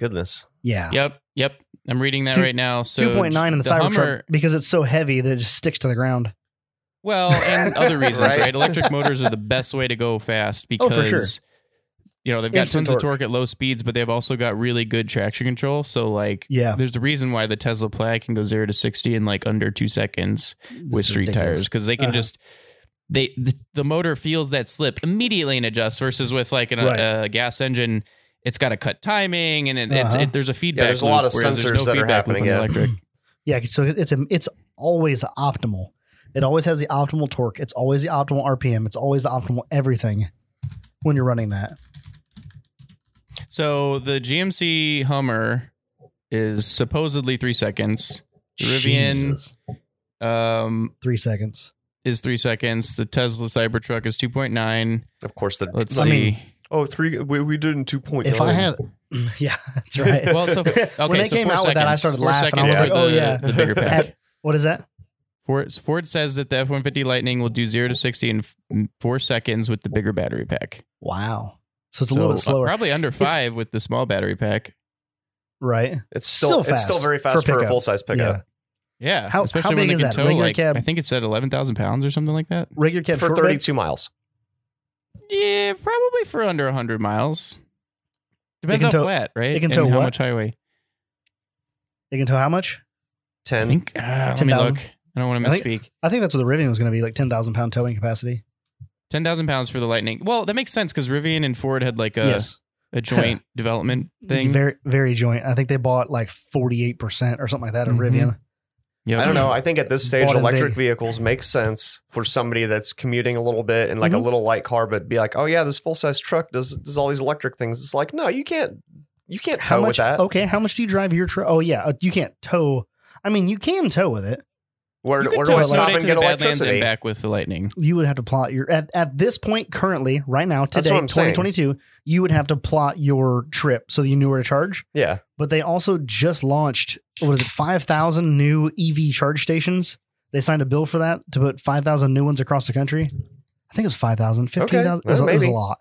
B: Goodness.
A: Yeah.
C: yep, yep. I'm reading that
A: Two-
C: right now. So
A: Two point nine in the, Cybertruck
C: Hummer-
A: because it's so heavy that it just sticks to the ground.
C: Well, and other reasons,
B: Right. Oh,
C: right? Electric motors are the best way to go fast because
A: for sure.
C: you know they've got
B: Instant
C: tons of
B: torque.
C: torque at low speeds, but they've also got really good traction control. So like,
A: Yeah.
C: there's the reason why the Tesla Plaid can go zero to sixty in like under two seconds with
A: It's
C: street
A: ridiculous.
C: tires because they can
A: Uh-huh.
C: just they the, the motor feels that slip immediately and adjusts versus with like an,
A: Right.
C: a gas engine. It's got to cut timing, and it, it's,
A: Uh-huh.
C: it, there's a feedback.
B: there's a lot
C: loop,
B: of
C: whereas there's
B: sensors that are
C: feedback loop
B: happening,
C: in
B: yeah.
C: Electric.
A: Yeah, so it's a, it's always optimal. It always has the optimal torque. It's always the optimal RPM. It's always the optimal everything when you're running that.
C: So the GMC Hummer is supposedly three seconds. The Rivian
A: Jesus.
C: um,
A: three seconds.
C: is three seconds. The Tesla Cybertruck is two point nine.
B: Of course, the
C: Let's
A: I
C: see.
A: mean,
B: oh three. We, we did in two point. oh.
A: If I had, yeah, that's right.
C: well, so okay,
A: When they
C: so
A: came
C: four
A: out with that, I
C: seconds.
A: started
C: Four
A: laughing. I
C: seconds
B: was
C: for
B: like,
A: oh,
C: the-
A: yeah.
C: the bigger pack.
A: At- what is that?
C: Ford, Ford says that the F one fifty Lightning will do zero to sixty in f- four seconds with the bigger battery pack. Oh,
A: Wow. So it's a little bit
B: So, uh,
A: slower,
C: Probably under
A: It's-
C: five with the small battery pack.
A: right?
B: it's still,
A: still
B: it's
A: fast
B: still very
A: for
B: fast for, a
A: pickup.
B: full size pickup.
A: Yeah.
C: Yeah,
A: How-
C: especially
A: how
C: when
A: big
C: they
A: is
C: can
A: that?
C: tow
A: Regular
C: like
A: cab-
C: I think it said eleven thousand pounds or something like that.
A: Regular cab
B: for
A: short
B: thirty
A: bed?
B: two miles.
C: Yeah, probably for under 100 miles. Depends
A: can
C: how
A: tow-
C: flat, right?
A: it can
C: And
A: tow
C: how
A: what?
C: much highway.
A: They can tow how much?
C: I
B: Ten.
C: think, uh, let me
A: 10,000?
C: look. I don't want to
A: I think-
C: misspeak.
A: I think that's what the Rivian was going to be like ten thousand pound towing capacity.
C: 10,000 pounds for the Lightning. Well, that makes sense because Rivian and Ford had like a,
A: yes,
C: a joint development thing.
A: very very joint. I think they bought like forty eight percent or something like that of
C: Mhm.
A: Rivian.
C: Yep.
B: I don't know. I think at this stage,
A: Bought in
B: electric
A: big.
B: vehicles make sense for somebody that's commuting a little bit and like a
A: Mhm.
B: little light car, but be like, oh yeah, this full size truck does does all these electric things. It's like, no, you can't, you can't
A: How
B: tow
A: much?
B: with that.
A: Okay, how much do you drive your truck? Oh yeah, uh, you can't tow. I mean, you can tow with it.
B: Where,
C: You could
B: where do
C: tow
B: I
C: it
B: stop
C: someday
B: and
C: to the
B: get
C: Badlands and
B: electricity?
C: back with the Lightning.
A: You would have to plot your at, at this point currently right now
B: That's
A: today
B: what I'm saying.
A: 2022. You would have to plot your trip so that you knew where to charge.
B: Yeah,
A: But they also just launched what is it five thousand new EV charge stations. They signed a bill for that to put five thousand new ones across the country. I think it was 5,000, 15,000. It, was-
B: well,
A: it was a
B: maybe.
A: lot.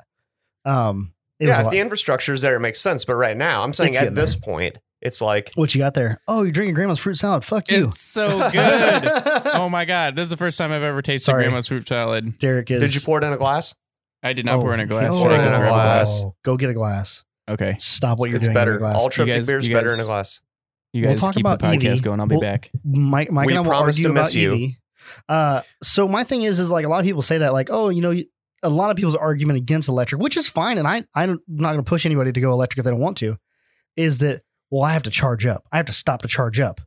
A: Um, it was
B: yeah.
A: a
B: If
A: lot.
B: the infrastructure is there, it makes sense. But right now, I'm saying
A: It's
B: at
A: getting
B: this point, it's like
A: What you got there? Oh, you're drinking grandma's fruit salad. Fuck you.
C: It's so good. oh my God. This is the first time I've ever tasted
A: Sorry.
C: grandma's fruit salad.
A: Derek is.
B: Did you pour it in a glass?
C: I did not
A: Oh,
C: pour in a glass.
A: no.
C: Should I
B: Pour
C: go
B: in a
C: grab
B: glass.
A: Go get a glass.
C: Okay.
A: Stop what you're
B: it's
A: doing.
B: better.
A: Get a glass.
B: All triptic
C: guys-
B: beer's
C: you
B: better
C: guys-
B: in a glass.
C: You
A: We'll
C: guys
A: talk
C: keep the
A: about
C: podcast
A: EV.
C: going. I'll be
A: We'll-
C: back.
A: Mike, Mike
B: We
A: and I will
B: promise
A: argue
B: to
A: about
B: miss you.
A: EV. Uh, so my thing is, is like a lot of people say that, like, oh, you know, you- a lot of people's argument against electric, which is fine, and I, I'm not going to push anybody to go electric if they don't want to, is that well, I have to charge up. I have to stop to charge up.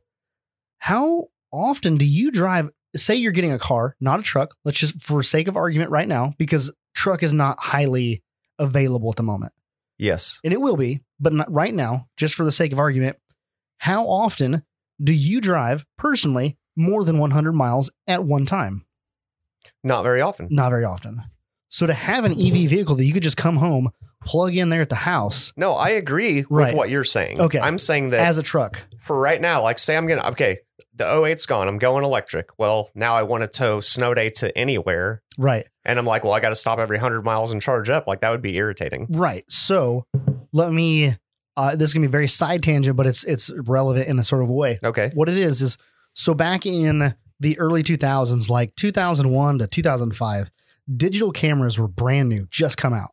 A: How often do you drive? Say you're getting a car, not a truck. Let's just, for sake of argument, right now, because truck is not highly available at the moment
B: Yes.
A: and it will be, but not right now, just for the sake of argument, how often do you drive personally more than 100 miles at one time?
B: Not very often.
A: Not very often. So to have an EV vehicle that you could just come home, plug in there at the house
B: No, I agree with
A: Right.
B: what you're saying.
A: Okay.
B: I'm saying that
A: as a truck.
B: for right now, like say I'm gonna okay, the 08's gone, I'm going electric. Well, now I want to tow snow day to anywhere.
A: Right.
B: And I'm like, well, I gotta stop every hundred miles and charge up. Like that would be irritating.
A: Right. So let me uh, this is gonna be very side tangent, but it's it's relevant in a sort of a way.
B: Okay.
A: What it is is so back in the early 2000s, like 2001 to 2005, digital cameras were brand new, just come out.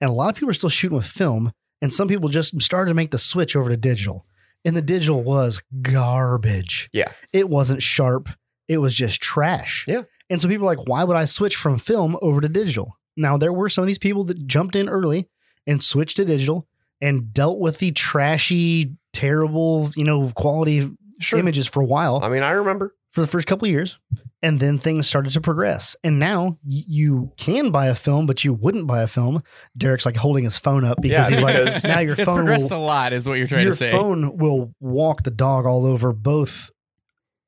A: And a lot of people were still shooting with film, and some people just started to make the switch over to digital. And the digital was garbage.
B: Yeah.
A: It wasn't sharp, it was just trash.
B: Yeah.
A: And so people were like, why would I switch from film over to digital? Now, there were some of these people that jumped in early and switched to digital and dealt with the trashy, terrible, you know, quality
B: Sure.
A: images for a while
B: I mean, I remember.
A: for the first couple of years and then things started to progress and now y- you can buy a film but you wouldn't buy a film derek's like holding his phone up because
B: Yeah,
A: he's like
B: because-
A: now your
C: it's
A: phone
C: progressed a
A: will,
C: lot, is what you're trying
A: your
C: to say.
A: phone will walk the dog all over both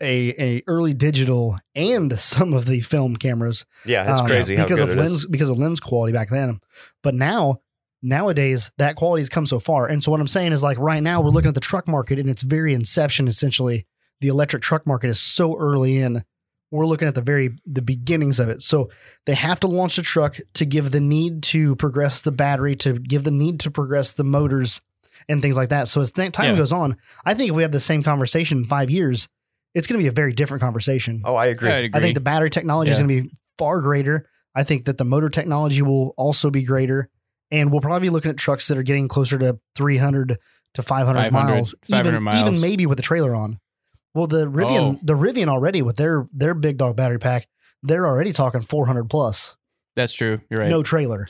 A: a, a early digital and some of the film cameras
B: Yeah, it's
A: um,
B: crazy how
A: because
B: good
A: of
B: it
A: lens
B: is.
A: because of lens quality back then. But now, nowadays, that quality has come so far. And so what I'm saying is like right now we're looking at the truck market in its very inception. Essentially, the electric truck market is so early in. We're looking at the very the beginnings of it. So they have to launch a truck to give the need to progress the battery, to give the need to progress the motors and things like that. So as th- time
C: Yeah.
A: goes on, I think if we have the same conversation in five years, it's going to be a very different conversation.
B: Oh, I agree.
C: I'd
A: I
C: agree.
A: think the battery technology is
B: Yeah.
A: going to be far greater. I think that the motor technology will also be greater. and we'll probably be looking at trucks that are getting closer to 300 to 500,
C: 500,
A: miles,
C: 500
A: even,
C: miles.
A: even maybe with the trailer on. Well, the Rivian,
C: Oh.
A: the Rivian already with their their big dog battery pack, they're already talking 400 plus,
C: That's true. You're right.
A: no trailer.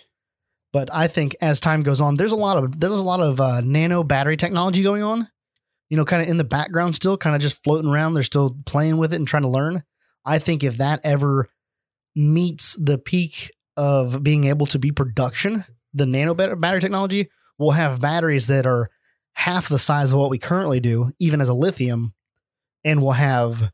A: But I think as time goes on, there's a lot of there's a lot of uh, nano battery technology going on, you know, kind of in the background still, kind of just floating around. They're still playing with it and trying to learn. I think if that ever meets the peak of being able to be production, the nano bat- battery technology will have batteries that are half the size of what we currently do, even as a lithium, and we'll have,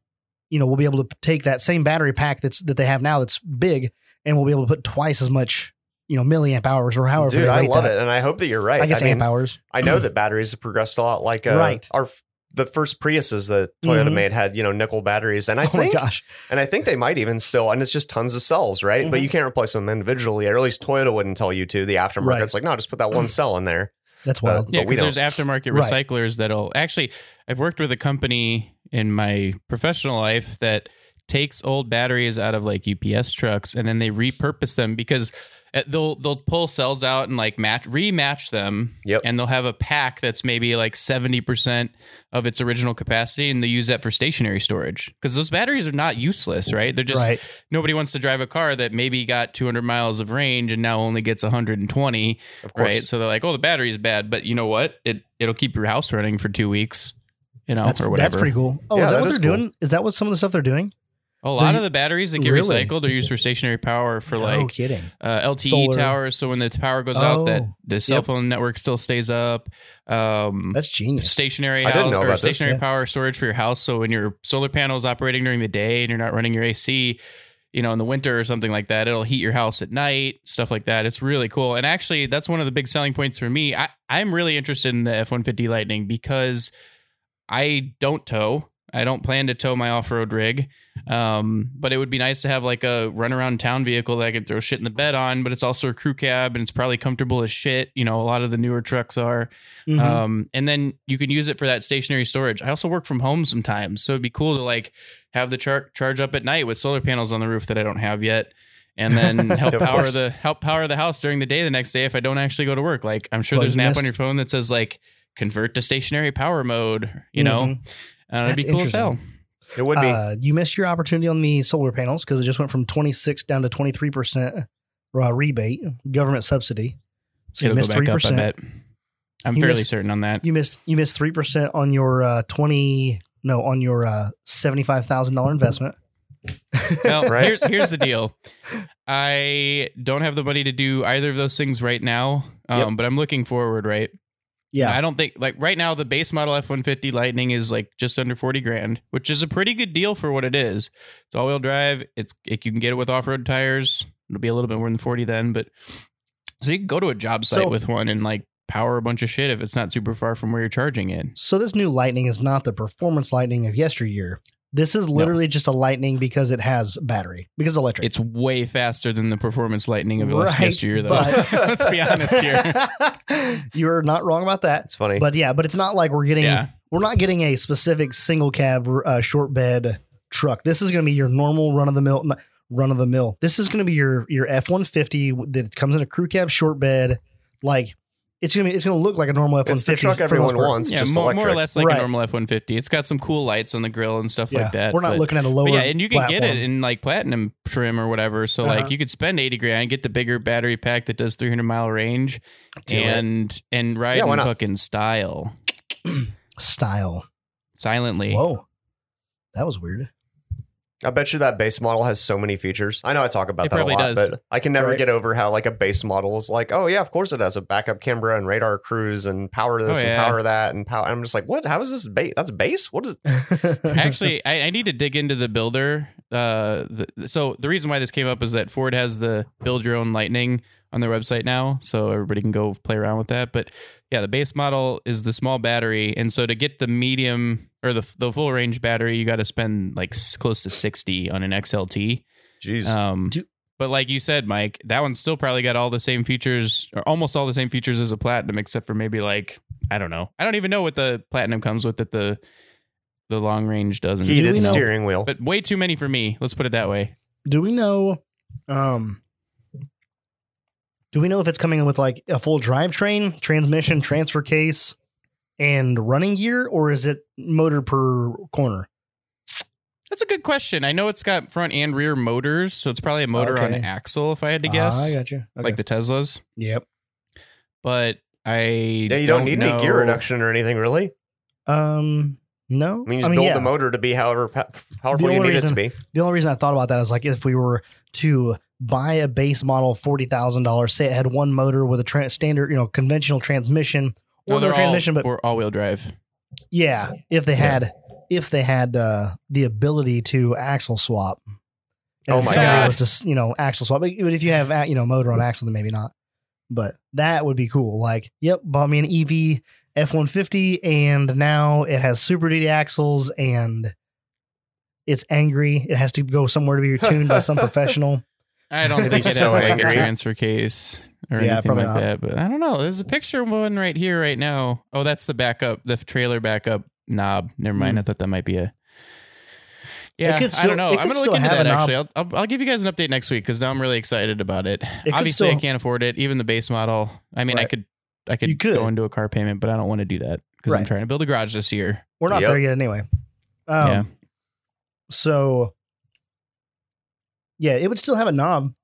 A: you know, we'll be able to take that same battery pack that's that they have now that's big, and we'll be able to put twice as much, you know, milliamp hours or however.
B: Dude,
A: they
B: I
A: rate
B: love
A: that.
B: it, and I hope that you're right.
A: I guess
B: I, mean,
A: amp hours.
B: I know that batteries have progressed a lot. Like uh,
A: Right.
B: our the first Priuses that Toyota
A: Mhm.
B: made had you know nickel batteries, and I
A: oh
B: think
A: my gosh,
B: and I think they might even still. And it's just tons of cells, right? But
A: Mhm.
B: you can't replace them individually, or at least Toyota wouldn't tell you to. The aftermarket's
A: Right.
B: like, no, just put that one cell in there.
A: that's
B: Uh,
A: wild.
C: Yeah,
B: but we
C: because there's aftermarket
A: Right.
C: recyclers that'll actually. I've worked with a company in my professional life that takes old batteries out of like UPS trucks and then they repurpose them because uh, they'll they'll pull cells out and like match rematch them.
B: Yep.
C: And they'll have a pack that's maybe like seventy percent of its original capacity, and they use that for stationary storage because those batteries are not useless, right? They're just
A: right.
C: nobody wants to drive a car that maybe got two hundred miles of range and now only gets one hundred and twenty
B: Of course,
C: right? So they're like, "Oh, the battery's bad, but you know what? It it'll keep your house running for two weeks, you know,
A: That's
C: or whatever."
A: that's pretty cool. Oh,
B: Yeah,
A: is that,
B: that
A: what
B: is
A: they're
B: cool.
A: doing? Is that what some of the stuff they're doing?
C: A lot
A: They-
C: of the batteries that get
A: Really?
C: recycled are used for stationary power for
A: no
C: like
A: kidding.
C: uh, LTE
A: Solar.
C: towers. So when the power goes out, that
A: Oh,
C: the cell
A: yep.
C: phone network still stays up. Um,
A: That's genius.
C: stationary
B: I didn't
C: out-
B: know
C: or
B: about this.
C: stationary
A: Yeah.
C: power storage for your house. So when your solar panel is operating during the day and you're not running your AC, you know, in the winter or something like that, it'll heat your house at night, stuff like that. It's really cool. And actually, that's one of the big selling points for me. I, I'm really interested in the F 150 Lightning because I don't tow. I don't plan to tow my off road rig. Um, but it would be nice to have like a run around town vehicle that I can throw shit in the bed on, but it's also a crew cab and it's probably comfortable as shit. You know, a lot of the newer trucks are.
A: Mhm.
C: Um, and then you can use it for that stationary storage. I also work from home sometimes, so it'd be cool to like have the char- charge up at night with solar panels on the roof that I don't have yet, and then help
B: Of
C: power
B: course.
C: the help power the house during the day the next day if I don't actually go to work. Like I'm sure
A: Well,
C: there's
A: you
C: an app
A: missed-
C: on your phone that says like convert to stationary power mode. You know,
A: Mhm.
C: uh, it'd
A: That's
C: be cool as hell.
B: it would be.
A: Uh, you missed your opportunity on the solar panels because it just went from 26 down to 23% uh, rebate, government subsidy. So you
C: It'll
A: missed
C: go back up. I
A: 3%.
C: bet. I'm
A: You
C: fairly
A: missed-
C: certain on that.
A: you missed you missed 3% on your uh, 20 no, on your uh, $75,000 investment.
C: Well,
B: Right.
C: here's here's the deal. I don't have the money to do either of those things right now, um,
B: Yep.
C: but I'm looking forward, right?
A: Yeah.
C: I don't think like right now the base model F one fifty Lightning is like just under forty grand, which is a pretty good deal for what it is. It's all wheel drive. It's it, you can get it with off road tires. It'll be a little bit more than forty then, but so you can go to a job site
A: So-
C: with one and like power a bunch of shit if it's not super far from where you're charging it.
A: So this new Lightning is not the performance Lightning of yesteryear. This is literally just a Lightning because it has battery, because it's electric.
C: It's way faster than the performance Lightning of
A: Right,
C: yesteryear, though.
A: but-
C: Let's be honest here.
A: You're not wrong about that.
B: it's funny.
A: But yeah, but it's not like we're getting
C: Yeah.
A: we're not getting a specific single cab uh, short bed truck. This is going to be your normal run of the mill run of the mill. This is going to be your your F one fifty that comes in a crew cab short bed. Like it's gonna be it's gonna look like a normal F one
B: it's
A: fifty.
B: the truck everyone wants,
C: yeah,
B: just
C: more,
B: electric.
C: more or less like
A: Right.
C: a normal F one fifty. It's got some cool lights on the grill and stuff
A: Yeah,
C: like that.
A: we're not
C: but-
A: looking at a lower.
C: But yeah, and you can get it
A: platform.
C: in like platinum trim or whatever. So
A: Uh-huh.
C: like you could spend eighty grand, get the bigger battery pack that does three hundred mile range,
A: Do it.
C: and and ride
B: Yeah, why
C: in
B: not?
C: fucking style
A: style.
C: silently.
A: Whoa, that was weird.
B: I bet you that base model has so many features. I know I talk about
C: It
B: that a
C: probably
B: lot,
C: does.
B: but I can never
A: Right.
B: get over how like a base model is like, oh yeah, of course it has a backup camera and radar cruise and power this
C: Oh,
B: and
C: yeah.
B: power that and power. I'm just like, what? How is this base? That's base. What is?
C: Actually, I, I need to dig into the builder. Uh, the, so the reason why this came up is that Ford has the build your own Lightning on their website now, so everybody can go play around with that. But yeah, the base model is the small battery, and so to get the medium or the the full range battery, you got to spend like s- close to sixty on an XLT.
B: Jeez.
C: Um,
A: Do-
C: but like you said, Mike, that one's still probably got all the same features or almost all the same features as a platinum, except for maybe like I don't know. I don't even know what the platinum comes with that the the long range doesn't.
A: do we know-
B: Heated steering wheel.
C: But way too many for me. Let's put it that way.
A: Do we know? Um, Do we know if it's coming with like a full drivetrain, transmission, transfer case, and running gear, or is it motor per corner?
C: That's a good question. I know it's got front and rear motors, so it's probably a motor on
A: Okay.
C: an axle if I had to guess,
A: Ah, I got you. Okay.
C: like the Teslas.
A: yep.
C: But I
B: Yeah, you don't, need
C: know.
B: any gear reduction or anything really.
A: Um, no.
B: I mean, you just build the motor to be however pa- powerful
A: The
B: you
A: only
B: need it
A: reason-
B: to be.
A: The only reason I thought about that is like if we were to buy a base model forty thousand dollars, say it had one motor with a tra- standard, you know, conventional transmission or
C: No,
A: no,
C: they're all-
A: transmission, but
C: or all-wheel drive.
A: yeah, if they had if they had uh, the ability to axle swap.
B: Oh
A: if
B: my
A: somebody
C: God.
A: was to s- you know axle swap, but if you have uh, you know motor on axle, then maybe not. But that would be cool. Like, yep, bought me an EV F one fifty, and now it has super duty axles, and it's angry. It has to go somewhere to be tuned by some professional.
C: I don't
B: It'd
C: think
B: be
C: it
B: so
C: has like a
B: angry.
C: transfer case or
A: Yeah,
C: anything
A: probably
C: like
A: not.
C: that. But I don't know. There's a picture of one right here, right now. Oh, that's the backup, the trailer backup knob. Never mind.
A: Hmm.
C: I thought that might be a.
A: It
C: Yeah,
A: could
C: I
A: still-
C: don't know.
A: it
C: I'm
A: could
C: gonna
A: still
C: look into
A: have
C: that
A: a knob.
C: actually. I'll, I'll, I'll give you guys an update next week because now I'm really excited about it.
A: could
C: Obviously, I
A: still-
C: can't afford it. Even the base model. I mean, I
A: Right.
C: could, I could,
A: You could.
C: go into a car payment, but I don't want to do that because I'm
A: Right.
C: trying to build a garage this year.
A: We're not
B: Yep.
A: there yet, anyway. Um,
C: yeah,
A: So, yeah, it would still have a knob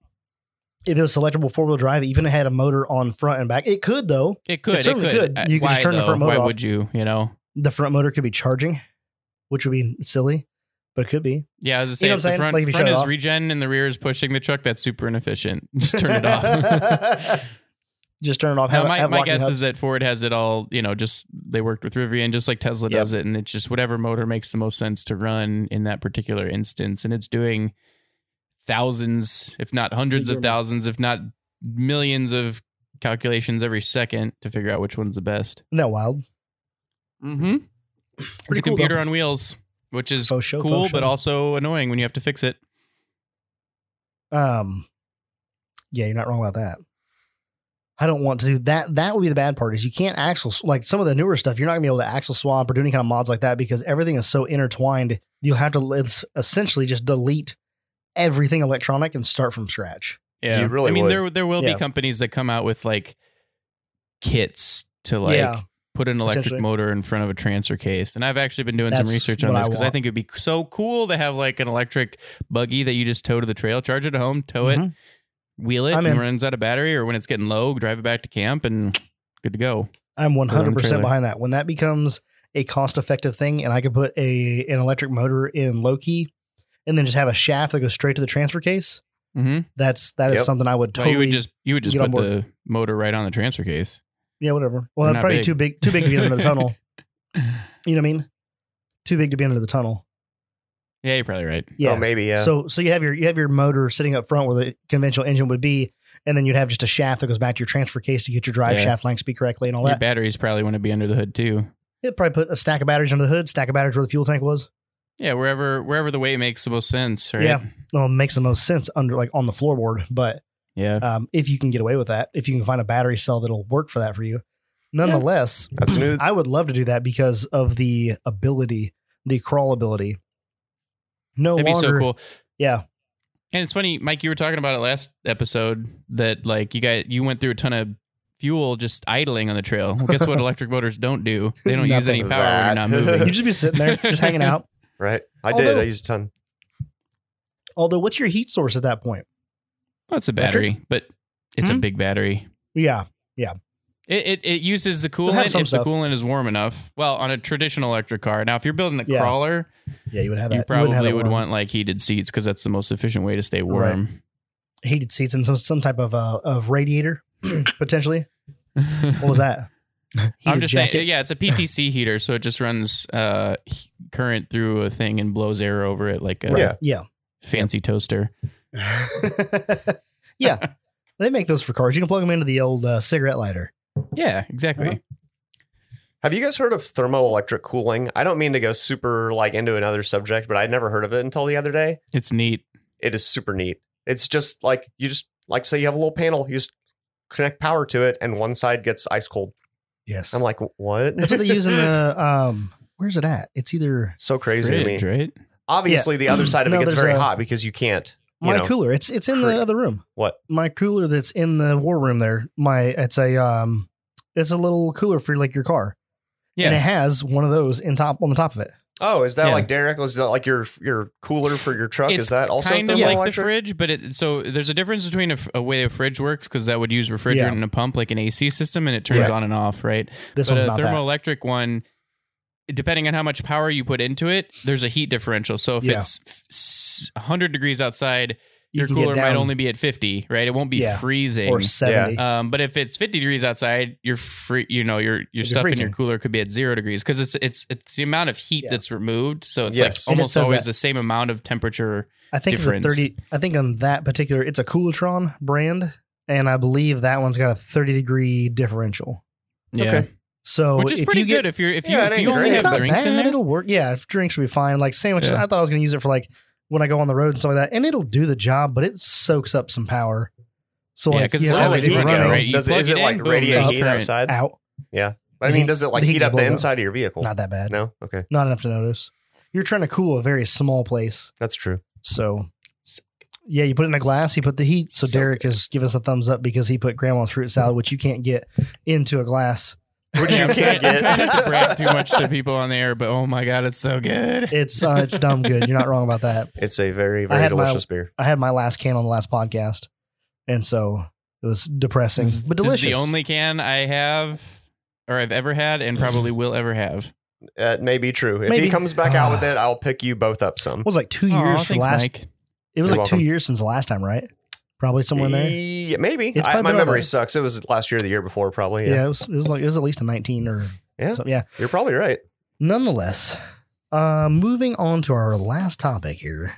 A: if it was selectable four wheel drive, even if it had a motor on front and back. It could though.
C: it could. It,
A: certainly
C: could.
A: could.
C: Uh,
A: You could just
C: why,
A: turn the
C: though?
A: front motor
C: Why
A: off.
C: would you? You know.
A: The front motor could be charging, which would be silly, but it could be.
C: Yeah, as I
A: You
C: say,
A: know what
C: if
A: I'm
C: the
A: saying?
C: front,
A: Like, if you
C: front
A: shut it
C: is
A: off.
C: regen and the rear is pushing the truck, that's super inefficient. Just turn it off.
A: Just turn it off.
C: Now,
A: have,
C: my,
A: have
C: my
A: locking
C: guess
A: hub.
C: is that Ford has it all, you know, just they worked with Rivian just like Tesla does it. And it's just whatever motor makes the most sense to run in that particular instance. And it's doing thousands, if not hundreds of
A: Figure-
C: thousands, if not millions of calculations every second to figure out which one's the best.
A: Isn't that wild?
C: Mm-hmm. It's
A: Pretty
C: a
A: cool,
C: computer
A: though.
C: on wheels, which is
A: Faux show,
C: cool,
A: faux show.
C: but also annoying when you have to fix it.
A: Um, yeah, you're not wrong about that. I don't want to do that. That would be the bad part is you can't axle like some of the newer stuff. You're not gonna be able to axle swap or do any kind of mods like that because everything is so intertwined. You'll have to it's essentially just delete everything electronic and start from scratch.
C: Yeah,
B: You really
C: I mean,
B: would.
C: there there will
A: Yeah.
C: be companies that come out with like kits to like
A: Yeah.
C: put an electric
A: Potentially.
C: motor in front of a transfer case. And I've actually been doing some
A: That's
C: research on
A: what I
C: this because I
A: want.
C: think it'd be so cool to have like an electric buggy that you just tow to the trail, charge it at home, tow it,
A: Mhm.
C: wheel it,
A: I'm
C: and
A: in.
C: runs out of battery, or when it's getting low, drive it back to camp and good to go.
A: I'm 100
C: trailer.
A: percent behind that. When that becomes a cost effective thing, and I could put a an electric motor in low key, and then just have a shaft that goes straight to the transfer case.
C: Mm-hmm.
A: That's that is
B: Yep.
A: something I would totally.
C: you would just you would just
A: get on
C: put the motor right on the transfer case.
A: yeah, whatever.
C: They're
A: Well,
C: not
A: that'd probably
C: big.
A: too big, too big to be under the tunnel. You know what I mean? Too big to be under the tunnel.
C: Yeah, you're probably right.
A: Yeah.
B: Oh, maybe yeah.
A: So so you have your you have your motor sitting up front where the conventional engine would be, and then you'd have just a shaft that goes back to your transfer case to get your drive
C: Yeah.
A: shaft length speed correctly and all
C: Your
A: that.
C: batteries probably want to be under the hood too.
A: It'd probably put a stack of batteries under the hood, stack of batteries where the fuel tank was.
C: Yeah, wherever wherever the weight makes the most sense, right?
A: Yeah. Well, it makes the most sense under like on the floorboard, but
C: Yeah.
A: um, if you can get away with that, if you can find a battery cell that'll work for that for you, nonetheless,
B: That's new.
A: I would love to do that because of the ability, the crawlability. No
C: That'd
A: longer,
C: be so cool.
A: yeah,
C: And it's funny, Mike, you were talking about it last episode that like you guys you went through a ton of fuel just idling on the trail. Well, guess what electric motors don't do? They don't use any
B: Nothing.
C: power when you're not
B: That.
A: you
C: moving.
A: just be sitting there, just hanging out.
B: Right. I did.
A: Although-
B: I used a ton.
A: Although, what's your heat source at that point?
C: That's a battery, but it's a
A: Hmm?
C: big battery.
A: Yeah,
C: It, it, it uses the
A: have
C: coolant
A: some
C: if
A: stuff.
C: the coolant is warm enough. Well, on a traditional electric car. Now, if you're building a
A: Yeah.
C: crawler,
A: yeah, you would have that. wouldn't
C: you
A: have
C: probably
A: it
C: would
A: warm.
C: want like heated seats because that's the most efficient way to stay warm.
A: heated seats and some some type of uh, of radiator potentially. What was that?
C: I'm
A: Heated
C: just
A: jacket.
C: saying, yeah, it's a PTC heater, so it just runs uh, he- current through a thing and blows air over it like a
B: Yeah.
A: Yeah.
C: fancy toaster.
A: yeah, they make those for cars. You can plug them into the old uh, cigarette lighter.
C: Yeah, exactly.
A: Uh-huh.
B: Have you guys heard of thermoelectric cooling? I don't mean to go super like into another subject, but I'd never heard of it until the other day.
C: It's neat.
B: It is super neat. It's just like you just like say you have a little panel, you just connect power to it, and one side gets ice cold.
A: Yes,
B: I'm like, what?
A: that's what they use in the um. Where's it at? It's either
B: so crazy to me.
C: Fridge, right?
B: Obviously, the other side of
A: No,
B: it gets
A: there's
B: very
A: a-
B: hot because you can't. you
A: my
B: know,
A: cooler. It's it's in
B: create-
A: the other room.
B: What?
A: My cooler that's in the war room there. My it's a um it's a little cooler for like your car. And it
C: Yeah.
A: has one of those in top on the top of it.
B: Oh, is that
C: Yeah.
B: like Derek? Is that like your your cooler for your truck?
C: It's
B: is that also
C: kind of
B: thermal
C: like the
B: electric?
C: fridge, but it, so there's a difference between a, f- a way a fridge works because that would use refrigerant
A: Yeah.
C: and a pump like an AC system, and it turns
B: Yeah.
C: on and off, right?
A: This
C: but
A: one's
C: a
A: not that.
C: thermoelectric one, depending on how much power you put into it, there's a heat differential. So if
A: Yeah.
C: it's f- s- 100 degrees outside,
A: You
C: your
A: can get
C: cooler might
A: down
C: only be at 50, right? It won't be
A: Yeah.
C: freezing.
A: or seventy.
C: Um, but if it's 50 degrees outside, your free, you know, your your stuff in your
A: freezing.
C: cooler could be at zero degrees because it's it's it's the amount of heat
A: Yeah.
C: that's removed. So it's
B: Yes.
C: like
A: And it
C: almost
A: says
C: always
A: that-
C: the same amount of temperature.
A: I think
C: difference.
A: it's a thirty. I think on that particular, it's a Coolatron brand, and I believe that one's got a thirty degree differential.
C: Yeah,
A: So
C: which is
A: if
C: pretty
A: you get,
C: good if you're if you
B: Yeah, it
C: if
B: ain't
C: you only
B: great.
A: it's
C: have
A: not
C: drinks
A: bad.
C: in there.
A: It'll work. Yeah, if drinks will be fine. Like sandwiches,
C: Yeah.
A: I thought I was going to use it for like when I go on the road and stuff like that, and it'll do the job, but it soaks up some power. So
C: Yeah,
A: like,
C: 'cause
A: yeah,
C: it's
B: Where
A: it's like
B: does the
C: not like
B: heat
C: running,
B: go?
C: right? You
B: Does it,
C: plug
B: is
C: it
B: it like
C: in, boom,
B: radiate
C: there's
B: heat
C: current.
B: outside?
A: out.
B: I
A: The
B: mean,
A: heat-
B: does it like
A: the heat
B: heat
A: just
B: up the
A: blows up.
B: inside of your
C: Oh.
B: vehicle?
A: Not that bad.
B: No. Okay,
A: Not enough to notice. You're trying to cool a very small place,
B: that's true.
A: so. Yeah, you put it in a glass. He put the heat. So,
C: So
A: Derek is giving us a thumbs up because he put grandma's fruit salad, which you can't get into a glass.
B: Which
C: Yeah,
B: you
C: I'm
B: can't
C: trying- I'm
B: get.
C: trying not to brag too much to people on the air, but oh my god, it's so good.
A: It's uh, it's dumb good. You're not wrong about that.
B: It's a very
A: I
B: very
A: had my-
B: delicious beer.
A: I had my last can on the last podcast, and so it was depressing
C: This-
A: but
C: This is
A: delicious.
C: the only can I have or I've ever had and probably will ever have.
B: That may be Uh, true. If
A: Maybe.
B: he comes back out with
A: Ah.
B: it, I'll pick you both up some.
A: it was like two years
C: Aw,
A: for
C: Oh, thanks,
A: last.
C: Mike.
A: It was
B: You're
A: like two
B: welcome.
A: years since the last time, right? Probably somewhere in there.
B: Yeah, maybe.
A: It's
B: I,
A: probably
B: my
A: been a
B: memory
A: while.
B: sucks. It was last year, or the year before, probably.
A: Yeah,
B: Yeah,
A: it was. It was like it was at least a nineteen or
B: Yeah.
A: something. Yeah.
B: you're probably right.
A: Nonetheless, uh, moving on to our last topic here,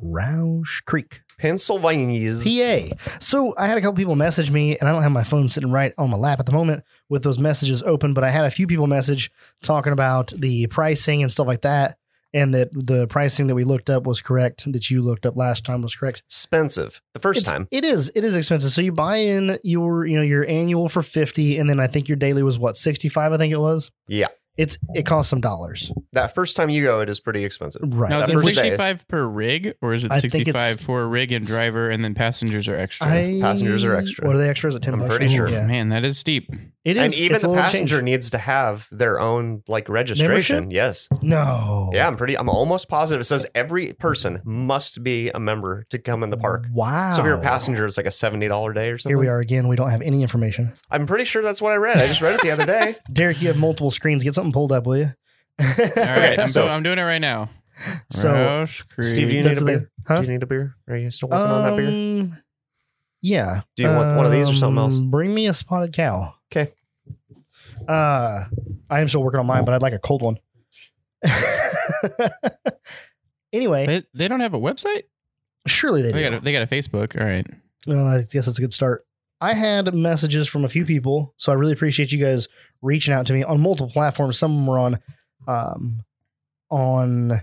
A: Roush Creek.
B: Pennsylvania's.
A: PA. So I had a couple people message me, and I don't have my phone sitting right on my lap at the moment with those messages open, but I had a few people message talking about the pricing and stuff like that, and that the pricing that we looked up was correct, that you looked up last time was correct.
B: expensive the first
A: It's-
B: time.
A: it is it is expensive. So you buy in your you know your annual for fifty, and then I think your daily was what sixty five. I think it was.
B: Yeah.
A: It's it costs some dollars,
B: That first time you go, it is pretty expensive.
A: right?
C: Now is
B: That
C: it
B: first day.
C: 65 per rig or is it
A: I think it's-
C: 65 for a rig and driver and then passengers are extra?
A: I-
B: Passengers are extra.
A: What are they extra? Is it ten
B: I'm
A: bucks?
B: pretty sure.
A: Yeah.
C: Man, that is steep.
A: It is.
B: and even
A: it's a
B: the
A: little
B: passenger needs to have their own like registration. Yes.
A: change. No.
B: Yeah, I'm pretty. I'm almost positive. It says every person must be a member to come in the park.
A: Wow.
B: So if you're a passenger, it's like a seventy dollar day or something.
A: Here we are again. We don't have any information.
B: I'm pretty sure that's what I read. I just read it the other day.
A: Derek, you have multiple screens. Get something pulled up, will you?
C: All right, I'm,
B: so
C: doing, I'm doing it right now.
A: So,
C: Roush Creek.
B: Steve, do you need
A: That's
B: a
A: the-
B: beer?
A: huh?
B: Do you need a beer? Are you still working on that beer?
A: um, yeah.
B: Do you want one of these or something else?
A: Um, Bring me a spotted cow.
B: 'Kay.
A: Uh, I am still working on mine, but I'd like a cold one. anyway,
C: they, they don't have a website?
A: surely they do.
C: They got a, they got a Facebook. All right.
A: Well, I guess that's a good start. I had messages from a few people, so I really appreciate you guys reaching out to me on multiple platforms. Some of them were on, um, on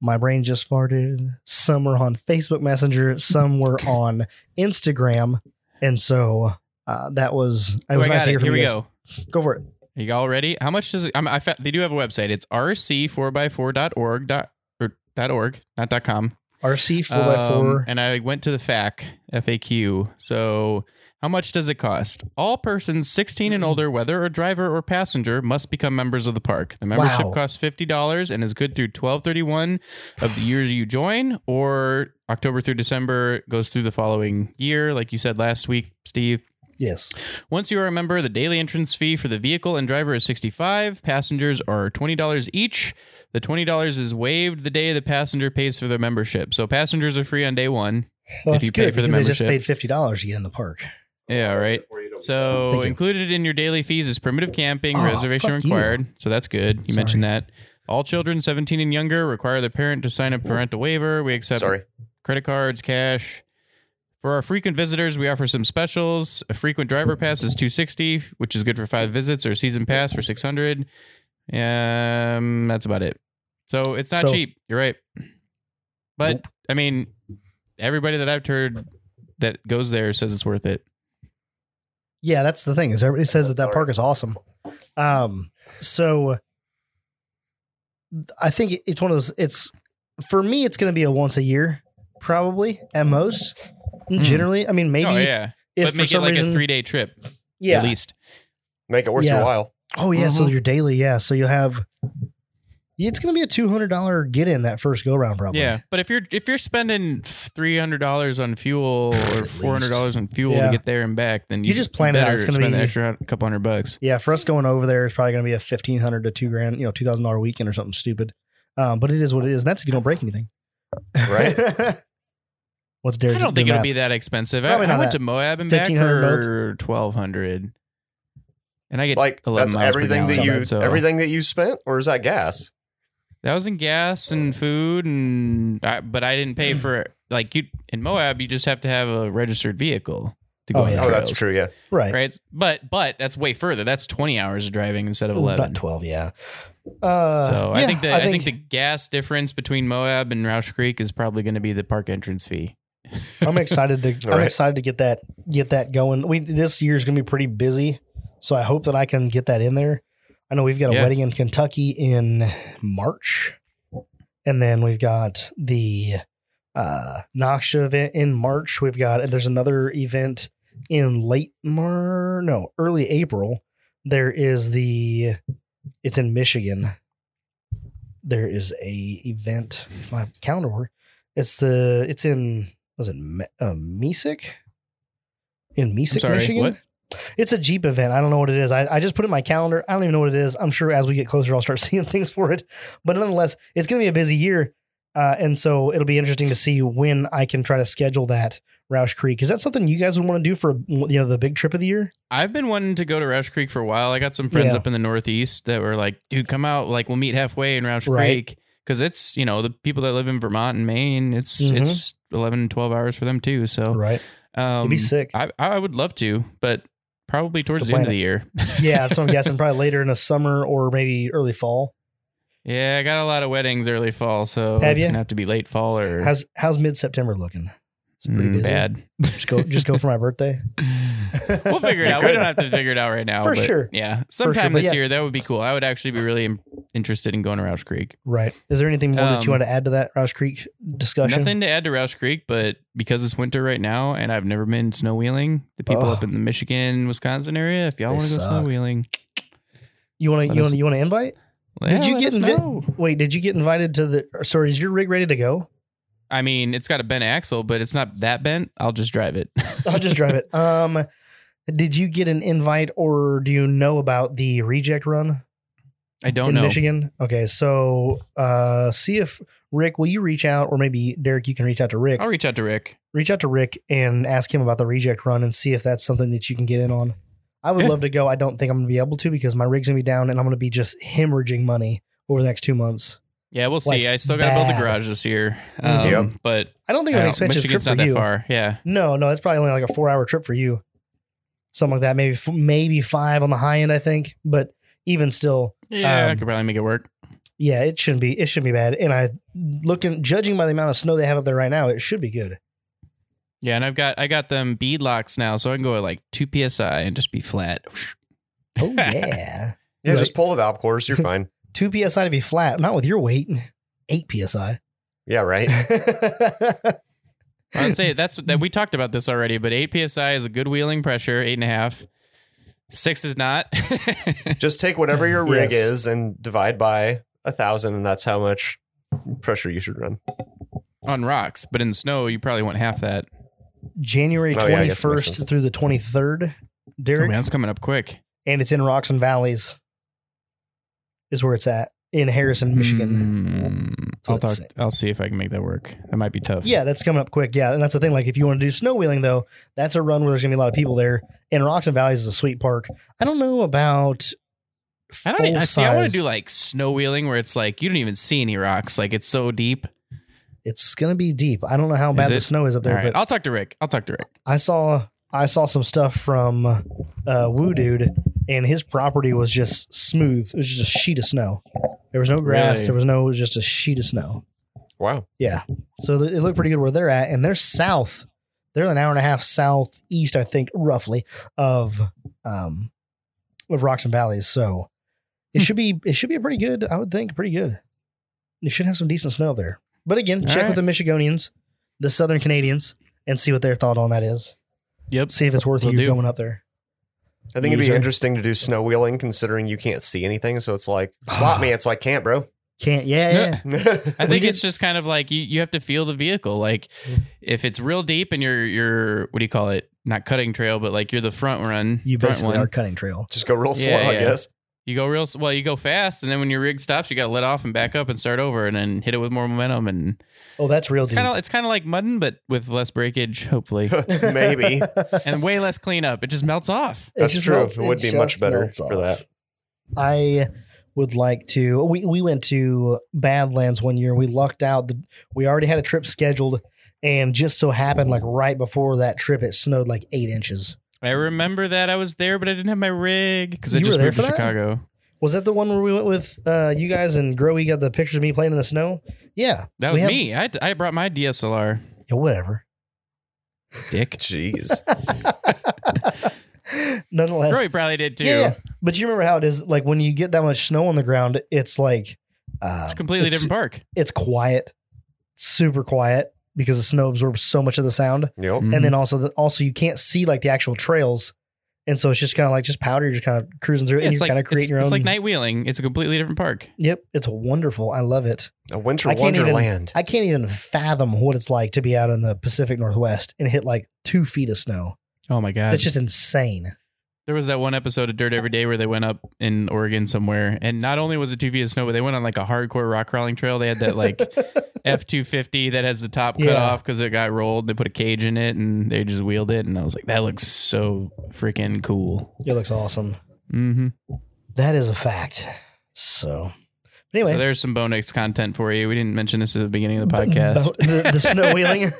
A: my brain just farted. Some were on Facebook Messenger. Some were on Instagram, and so uh, that was. I
C: Oh,
A: was
C: I
A: nice
C: got
A: to hear
C: it.
A: from
C: Here
A: you
C: we
A: guys.
C: go.
A: Go for it.
C: Are you all ready? How much does it? I'm, I fa- they do have a website. It's rc4x4.org. Dot, or dot org, not dot com.
A: RC four
C: Um,
A: by
C: And I went to the FAQ, FAQ. So, how much does it cost? All persons 16 and older, whether a driver or passenger, must become members of the park. The membership
A: Wow.
C: costs $50 and is good through 1231 of the year you join, or October through December goes through the following year. Like you said last week, Steve.
A: Yes.
C: Once you are a member, the daily entrance fee for the vehicle and driver is 65. Passengers are $20 each. The $20 is waived the day the passenger pays for their membership. So passengers are free on day 1.
A: Well,
C: If
A: that's
C: you pay
A: good
C: for the
A: because they just
C: membership.
A: paid fifty dollars to get in the park.
C: Yeah, right. So
A: Thank you.
C: included in your daily fees is primitive camping,
A: Oh,
C: reservation
A: fuck you.
C: required. So that's good. You
A: Sorry.
C: mentioned that. All children 17 and younger require the parent to sign a parental waiver. We accept
B: Sorry.
C: credit cards, cash. For our frequent visitors, we offer some specials. A frequent driver pass is 260, which is good for 5 visits or a season pass for 600. Um that's about it. So it's not
A: So-
C: cheap. You're right. But I mean, everybody that I've heard that goes there says it's worth it.
A: Yeah, that's the thing. Is everybody says that that
B: Sorry.
A: park is awesome. Um, so I think it's one of those. It's for me, it's going to be a once a year probably at most. Generally, I mean, maybe
C: Mm. oh yeah,
A: if
C: but
A: for
C: make it
A: some
C: like
A: reason,
C: a three day trip
A: yeah.
C: at least.
B: Make it worth
A: Yeah.
B: your while.
A: Oh yeah, so your daily, yeah. So you'll have. It's going to be a two hundred dollar get in that first go round, probably.
C: Yeah, but if you're if you're spending three hundred dollars on fuel
A: At
C: or
A: least.
C: four hundred dollars on fuel
A: Yeah.
C: to get there and back, then
A: You
C: you,
A: just plan it out.
C: better
A: It's gonna
C: spend
A: be-
C: an extra couple hundred bucks.
A: yeah. For us going over there, it's probably going to be a fifteen hundred to two grand, you know, two thousand dollar weekend or something stupid. Um, but it is what it is. And that's if you don't break anything,
B: Right.
A: What's Derek?
C: I don't think it'll be that expensive. I,
A: Probably
C: I
A: not
C: went
A: that.
C: to Moab and back
A: 1500 both.
C: for twelve hundred, and I get
B: like
C: 11
B: that's
C: miles per
B: everything that
C: gallon.
B: you
C: So-
B: everything that you spent, or is that gas?
C: That was in gas and food, and I, but I didn't
A: Hmm.
C: pay for it. Like you in Moab, you just have to have a registered vehicle to go.
A: Oh,
C: on
A: yeah.
C: the
B: Oh, that's
C: trails,
B: true. Yeah.
A: right.
C: Right, but but that's way further. That's twenty hours of driving instead of
A: Ooh,
C: eleven.
A: Not twelve, yeah. Uh,
C: So I
A: yeah,
C: think the I think, the gas difference between Moab and Roush Creek is probably going to be the park entrance fee.
A: I'm excited to I'm
B: Right.
A: excited to get that get that going. We this year's gonna be pretty busy, so I hope that I can get that in there. I know we've got a
C: Yeah.
A: wedding in Kentucky in March, and then we've got the uh, Noxia event in March. We've got and there's another event in late Mar no early April. There is the it's in Michigan. There is a event if my calendar work. It's the it's in was it Me- uh, Mesic in Mesic,
C: sorry,
A: Michigan.
C: what?
A: It's a Jeep event. I don't know what it is. I, I just put it in my calendar. I don't even know what it is. I'm sure as we get closer, I'll start seeing things for it. But nonetheless, it's going to be a busy year. Uh, and so it'll be interesting to see when I can try to schedule that Roush Creek. Is that something you guys would want to do for you know the big trip of the year?
C: I've been wanting to go to Roush Creek for a while. I got some friends
A: Yeah.
C: up in the Northeast that were like, "Dude, come out! Like, we'll meet halfway in Roush
A: Right.
C: Creek." Because it's you know the people that live in Vermont and Maine, it's
A: Mhm.
C: it's 11, 12 hours for them too. So
A: Right.
C: um,
A: It'd be sick.
C: I I would love to, but probably towards
A: The
C: the, end of the year.
A: yeah, that's what I'm guessing. Probably later in the summer or maybe early fall.
C: yeah, I got a lot of weddings early fall, so
A: Have
C: it's
A: ya?
C: gonna have to be late fall or
A: How's how's mid September looking? It's pretty
C: Mm,
A: busy.
C: bad.
A: Just go just go for my birthday.
C: we'll figure it out. We
B: Good.
C: don't have to figure it out right now.
A: For
C: but
A: sure.
C: Yeah.
A: sure,
C: Sometime
A: but
C: this
A: yeah.
C: year, that would be cool. I would actually be really im- interested in going to Roush Creek.
A: Right. Is there anything more that you
C: Um,
A: want to add to that Roush Creek discussion?
C: Nothing to add to Roush Creek, but because it's winter right now and I've never been snow wheeling, the people
A: Ugh.
C: up in the Michigan, Wisconsin area, if y'all
A: They
C: want to go
A: suck.
C: snow wheeling,
A: You want to
C: Let
A: you
C: us-
A: want to you want to invite? Did you get invi-
C: invited?
A: Wait, did you get invited to the? Sorry, is your rig ready to go?
C: I mean, it's got a bent axle, but it's not that bent. I'll just drive it.
A: I'll just drive it. Um, did you get an invite or do you know about the reject run
C: I don't
A: in
C: know.
A: Michigan? Okay, so uh, see if Rick will you reach out or maybe Derek you can reach out to Rick.
C: I'll reach out to Rick.
A: Reach out to Rick and ask him about the reject run and see if that's something that you can get in on. I would
C: Yeah.
A: love to go. I don't think I'm going to be able to because my rig's going to be down and I'm going to be just hemorrhaging money over the next two months.
C: Yeah, we'll see.
A: Like,
C: I still got to build
A: bad.
C: the garage this year. Um,
B: Yep.
C: But
A: I don't
C: I
A: think I'm an
C: don't-
A: expensive trip
C: Michigan's
A: for
C: not that
A: you.
C: far. Yeah.
A: No, no, it's probably only like a four hour trip for you, something like that. Maybe f- maybe five on the high end, I think. But even still,
C: Yeah. I
A: Um,
C: could probably make it work.
A: yeah, it shouldn't be it shouldn't be bad. And I looking judging by the amount of snow they have up there right now, it should be good.
C: Yeah, and I've got I got them bead locks now, so I can go at like two psi and just be flat.
A: Oh yeah,
B: Yeah.
A: Right.
B: Just pull the valve course. You're fine.
A: two psi to be flat, not with your weight, eight psi.
B: Yeah. Right.
C: I say that's that we talked about this already, but eight psi is a good wheeling pressure, eight and a half. Six is not.
B: Just take whatever your rig
A: Yes.
B: is and divide by a thousand, and that's how much pressure you should run.
C: on rocks, but in snow you probably want half that. Oh,
A: January
B: Oh, yeah, I
A: twenty
B: guess
A: first
B: it makes sense.
A: through the twenty third,
C: I mean,
A: Derek,
C: that's coming up quick.
A: and it's in Rocks and Valleys, is where it's at in Harrison, Michigan.
C: Mm,
A: That's what
C: I'll
A: it
C: talk.
A: said.
C: I'll see if I can make that work. That might be tough.
A: Yeah, that's coming up quick. Yeah, and that's the thing. Like, if you want to do snow wheeling, though, that's a run where there's gonna be a lot of people there. And Rocks and Valleys is a sweet park. I don't know about.
C: I don't. e, I see. I want
A: full-size.
C: to do like snow wheeling, where it's like you don't even see any rocks. Like it's so deep.
A: It's gonna be deep. I don't know how
C: Is
A: bad
C: it?
A: the snow is up there,
C: All right,
A: but
C: I'll talk to Rick. I'll talk to Rick.
A: I saw I saw some stuff from uh, Woo Dude, and his property was just smooth. It was just a sheet of snow. There was no grass.
C: Really?
A: There was no. It was just a sheet of snow.
B: Wow.
A: So th- it looked pretty good where they're at, and they're south. They're an hour and a half southeast, I think, roughly of um of Rocks and Valleys. So
C: Hmm.
A: it should be it should be a pretty good, I would think, pretty good. You should have some decent snow there. But again,
C: All
A: check with
C: right.
A: the Michigonians. the Southern Canadians and see what their thought on that is.
C: Yep.
A: See if it's worth
C: Will
A: you
C: do.
A: going up there.
B: I think it'd be
A: Loser.
B: interesting to do snow wheeling considering you can't see anything. So it's like, spot
A: Ah.
B: me. It's like, can't, bro.
A: Can't. Yeah, yeah. yeah.
C: I
A: We Mm-hmm.
C: think
A: did-
C: it's just kind of like you, you have to feel the vehicle. Like if it's real deep and you're you're what do you call it? Not cutting trail, but like you're the front run.
A: You
C: front
A: basically
C: one.
A: are cutting trail.
B: Just go real slow,
C: Yeah,
B: I
C: yeah.
B: guess.
C: You go real s- well. You go fast, and then when your rig stops, you got to let off and back up and start over, and then hit it with more momentum. And
A: Oh, that's real
C: it's
A: deep.
C: kind of it's kind of like mudding, but with less breakage, hopefully,
B: Maybe.
C: and way less cleanup. It just melts off.
B: That's
A: just
B: true.
A: melts-
B: it would be much
A: just
B: better
A: melts
B: for
A: off.
B: that.
A: I would like to. We we went to Badlands one year. We lucked out. The, we already had a trip scheduled, and just so happened, like right before that trip, it snowed like eight inches.
C: I remember that I was there, but I didn't have my rig because I
A: You were
C: just
A: there
C: moved to
A: for that?
C: Chicago.
A: Was that the one where we went with uh, you guys and Growy got the pictures of me playing in the snow? Yeah,
C: That
A: We
C: was
A: have-
C: me. I, I brought my DSLR.
A: yeah whatever.
C: Dick.
B: Jeez.
A: Nonetheless,
C: Roy probably did too.
A: Yeah, yeah. but you remember how it is? Like when you get that much snow on the ground, it's like uh,
C: It's a completely different park.
A: It's quiet, super quiet because the snow absorbs so much of the sound.
B: yep.
A: Oh,
C: Mm-hmm.
A: and then also the, also you can't see like the actual trails, and so it's just kind of like just powder. You're just kind of cruising through it,
C: Yeah,
A: and
C: it's
A: you're
C: like
A: kind of creating
C: it's,
A: your own.
C: it's like night wheeling. It's a completely different park.
A: Yep, it's wonderful. I love it.
B: A winter
A: I can't even-
B: wonderland.
A: I can't even fathom what it's like to be out in the Pacific Northwest and hit like two feet of snow.
C: Oh my god!
A: That's just insane.
C: there was that one episode of Dirt Every Day where they went up in Oregon somewhere, and not only was it two feet of snow, but they went on like a hardcore rock crawling trail. They had that like F two fifty that has the top cut
A: Yeah.
C: off because it got rolled. They put a cage in it and they just wheeled it, and I was like, that looks so freaking cool.
A: it looks awesome.
C: Mm-hmm.
A: That is a fact. So, but
C: So
A: anyway,
C: there's some bonus content for you. We didn't mention this at the beginning of the podcast.
A: About the, the snow wheeling.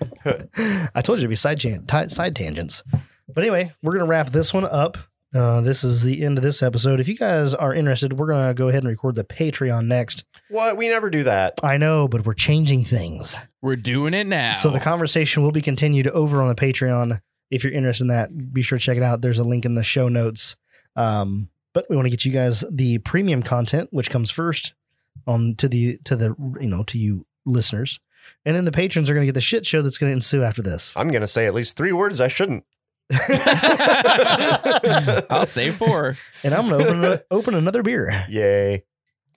A: I told you it'd be side, chan- ti- side tangents. But anyway, we're going to wrap this one up. Uh, this is the end of this episode. If you guys are interested, we're going to go ahead and record the Patreon next.
B: What? We never do that.
A: I know, but we're changing things.
C: We're doing it now.
A: So the conversation will be continued over on the Patreon. If you're interested in that, be sure to check it out. There's a link in the show notes. Um, but we want to get you guys the premium content, which comes first on to the to the you know to you listeners, and then the patrons are going to get the shit show that's going to ensue after this.
B: I'm going to say at least three words I shouldn't.
C: I'll say four.
A: And I'm going to open a- open another beer.
B: Yay.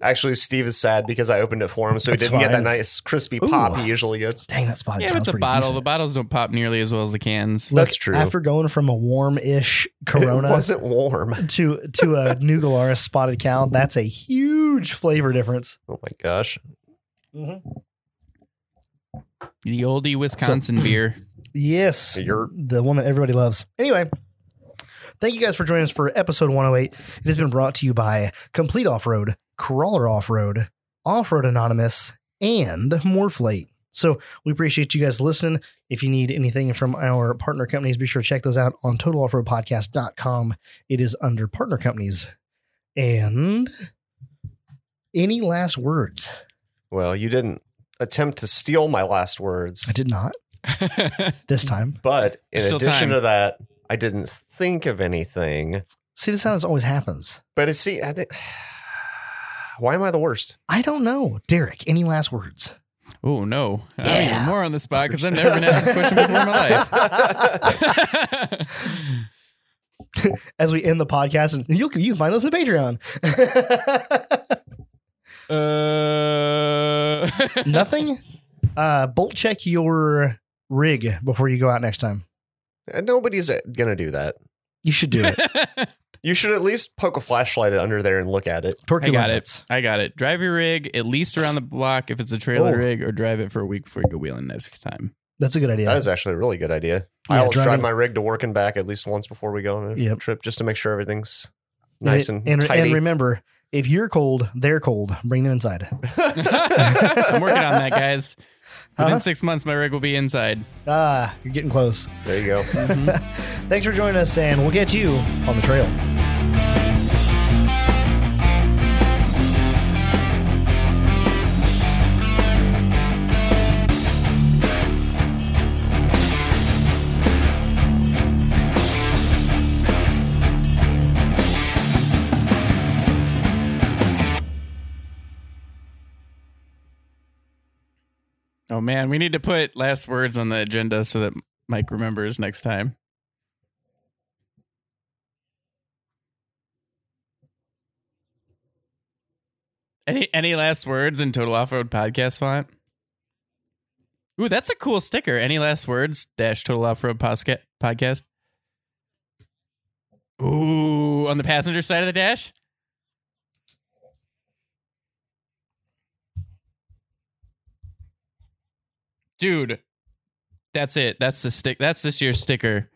B: Actually, Steve is sad because I opened it for him, so he
A: That's
B: didn't get
A: fine.
B: that nice crispy
A: Ooh.
B: pop he usually gets.
A: Dang, that spotted
C: Yeah,
A: John's
C: it's a
A: pretty
C: bottle. The
A: decent.
C: bottles don't pop nearly as well as the cans.
A: Look,
B: That's true.
A: After going from a warm-ish
B: It
A: Corona
B: wasn't warm.
A: to to a New Glarus Spotted Cow, that's a huge flavor difference.
B: Oh my gosh.
C: The oldie Wisconsin beer.
A: Yes.
B: You're
A: the one that everybody loves. Anyway, thank you guys for joining us for episode 108. It has been brought to you by Complete Off Road, Crawler Off Road, Off Road Anonymous, and Morphlate. So we appreciate you guys listening. If you need anything from our partner companies, be sure to check those out on totaloffroadpodcast.com. It is under partner companies. And any last words?
B: well, you didn't attempt to steal my last words.
A: I did not this time.
B: But in
C: There's still
B: addition
C: time.
B: to that, I didn't think of anything.
A: See, this is how this always happens.
B: But it see, I think, why am I the worst?
A: I don't know. Derek, any last words?
C: oh no! I'm
A: Yeah.
C: even more on the spot because I've never been asked this question before in my life.
A: as we end the podcast, and you you can find those on the Patreon.
C: uh,
A: Nothing. Uh, bolt check your rig before you go out next time.
B: Nobody's uh, gonna do that.
A: You should do it.
B: You should at least poke a flashlight under there and look at it.
A: Torque
C: I
A: your
C: got
A: lights.
C: it. I got it. Drive your rig at least around the block if it's a trailer
A: Oh.
C: rig, or drive it for a week before you go wheeling next time.
A: That's a good idea.
B: That is actually a really good idea. I
A: Yeah,
B: always drive,
A: driving-
B: my rig to work and back at least once before we go on a
A: Yep.
B: trip, just to make sure everything's nice and,
A: and,
B: tidy.
A: and remember, if you're cold, they're cold. Bring them inside.
C: I'm working on that, guys. Within
A: Huh?
C: six months, my rig will be inside.
A: Ah, you're getting close.
B: there you go.
C: Mm-hmm.
A: Thanks for joining us, and we'll get you on the trail.
C: Oh man, we need to put last words on the agenda so that Mike remembers next time. Any any last words in Total Off Road Podcast font? Ooh, that's a cool sticker. Any last words dash Total Off Road posca- Podcast. Ooh, on the passenger side of the dash. Dude, that's it. That's the stick. That's this year's sticker.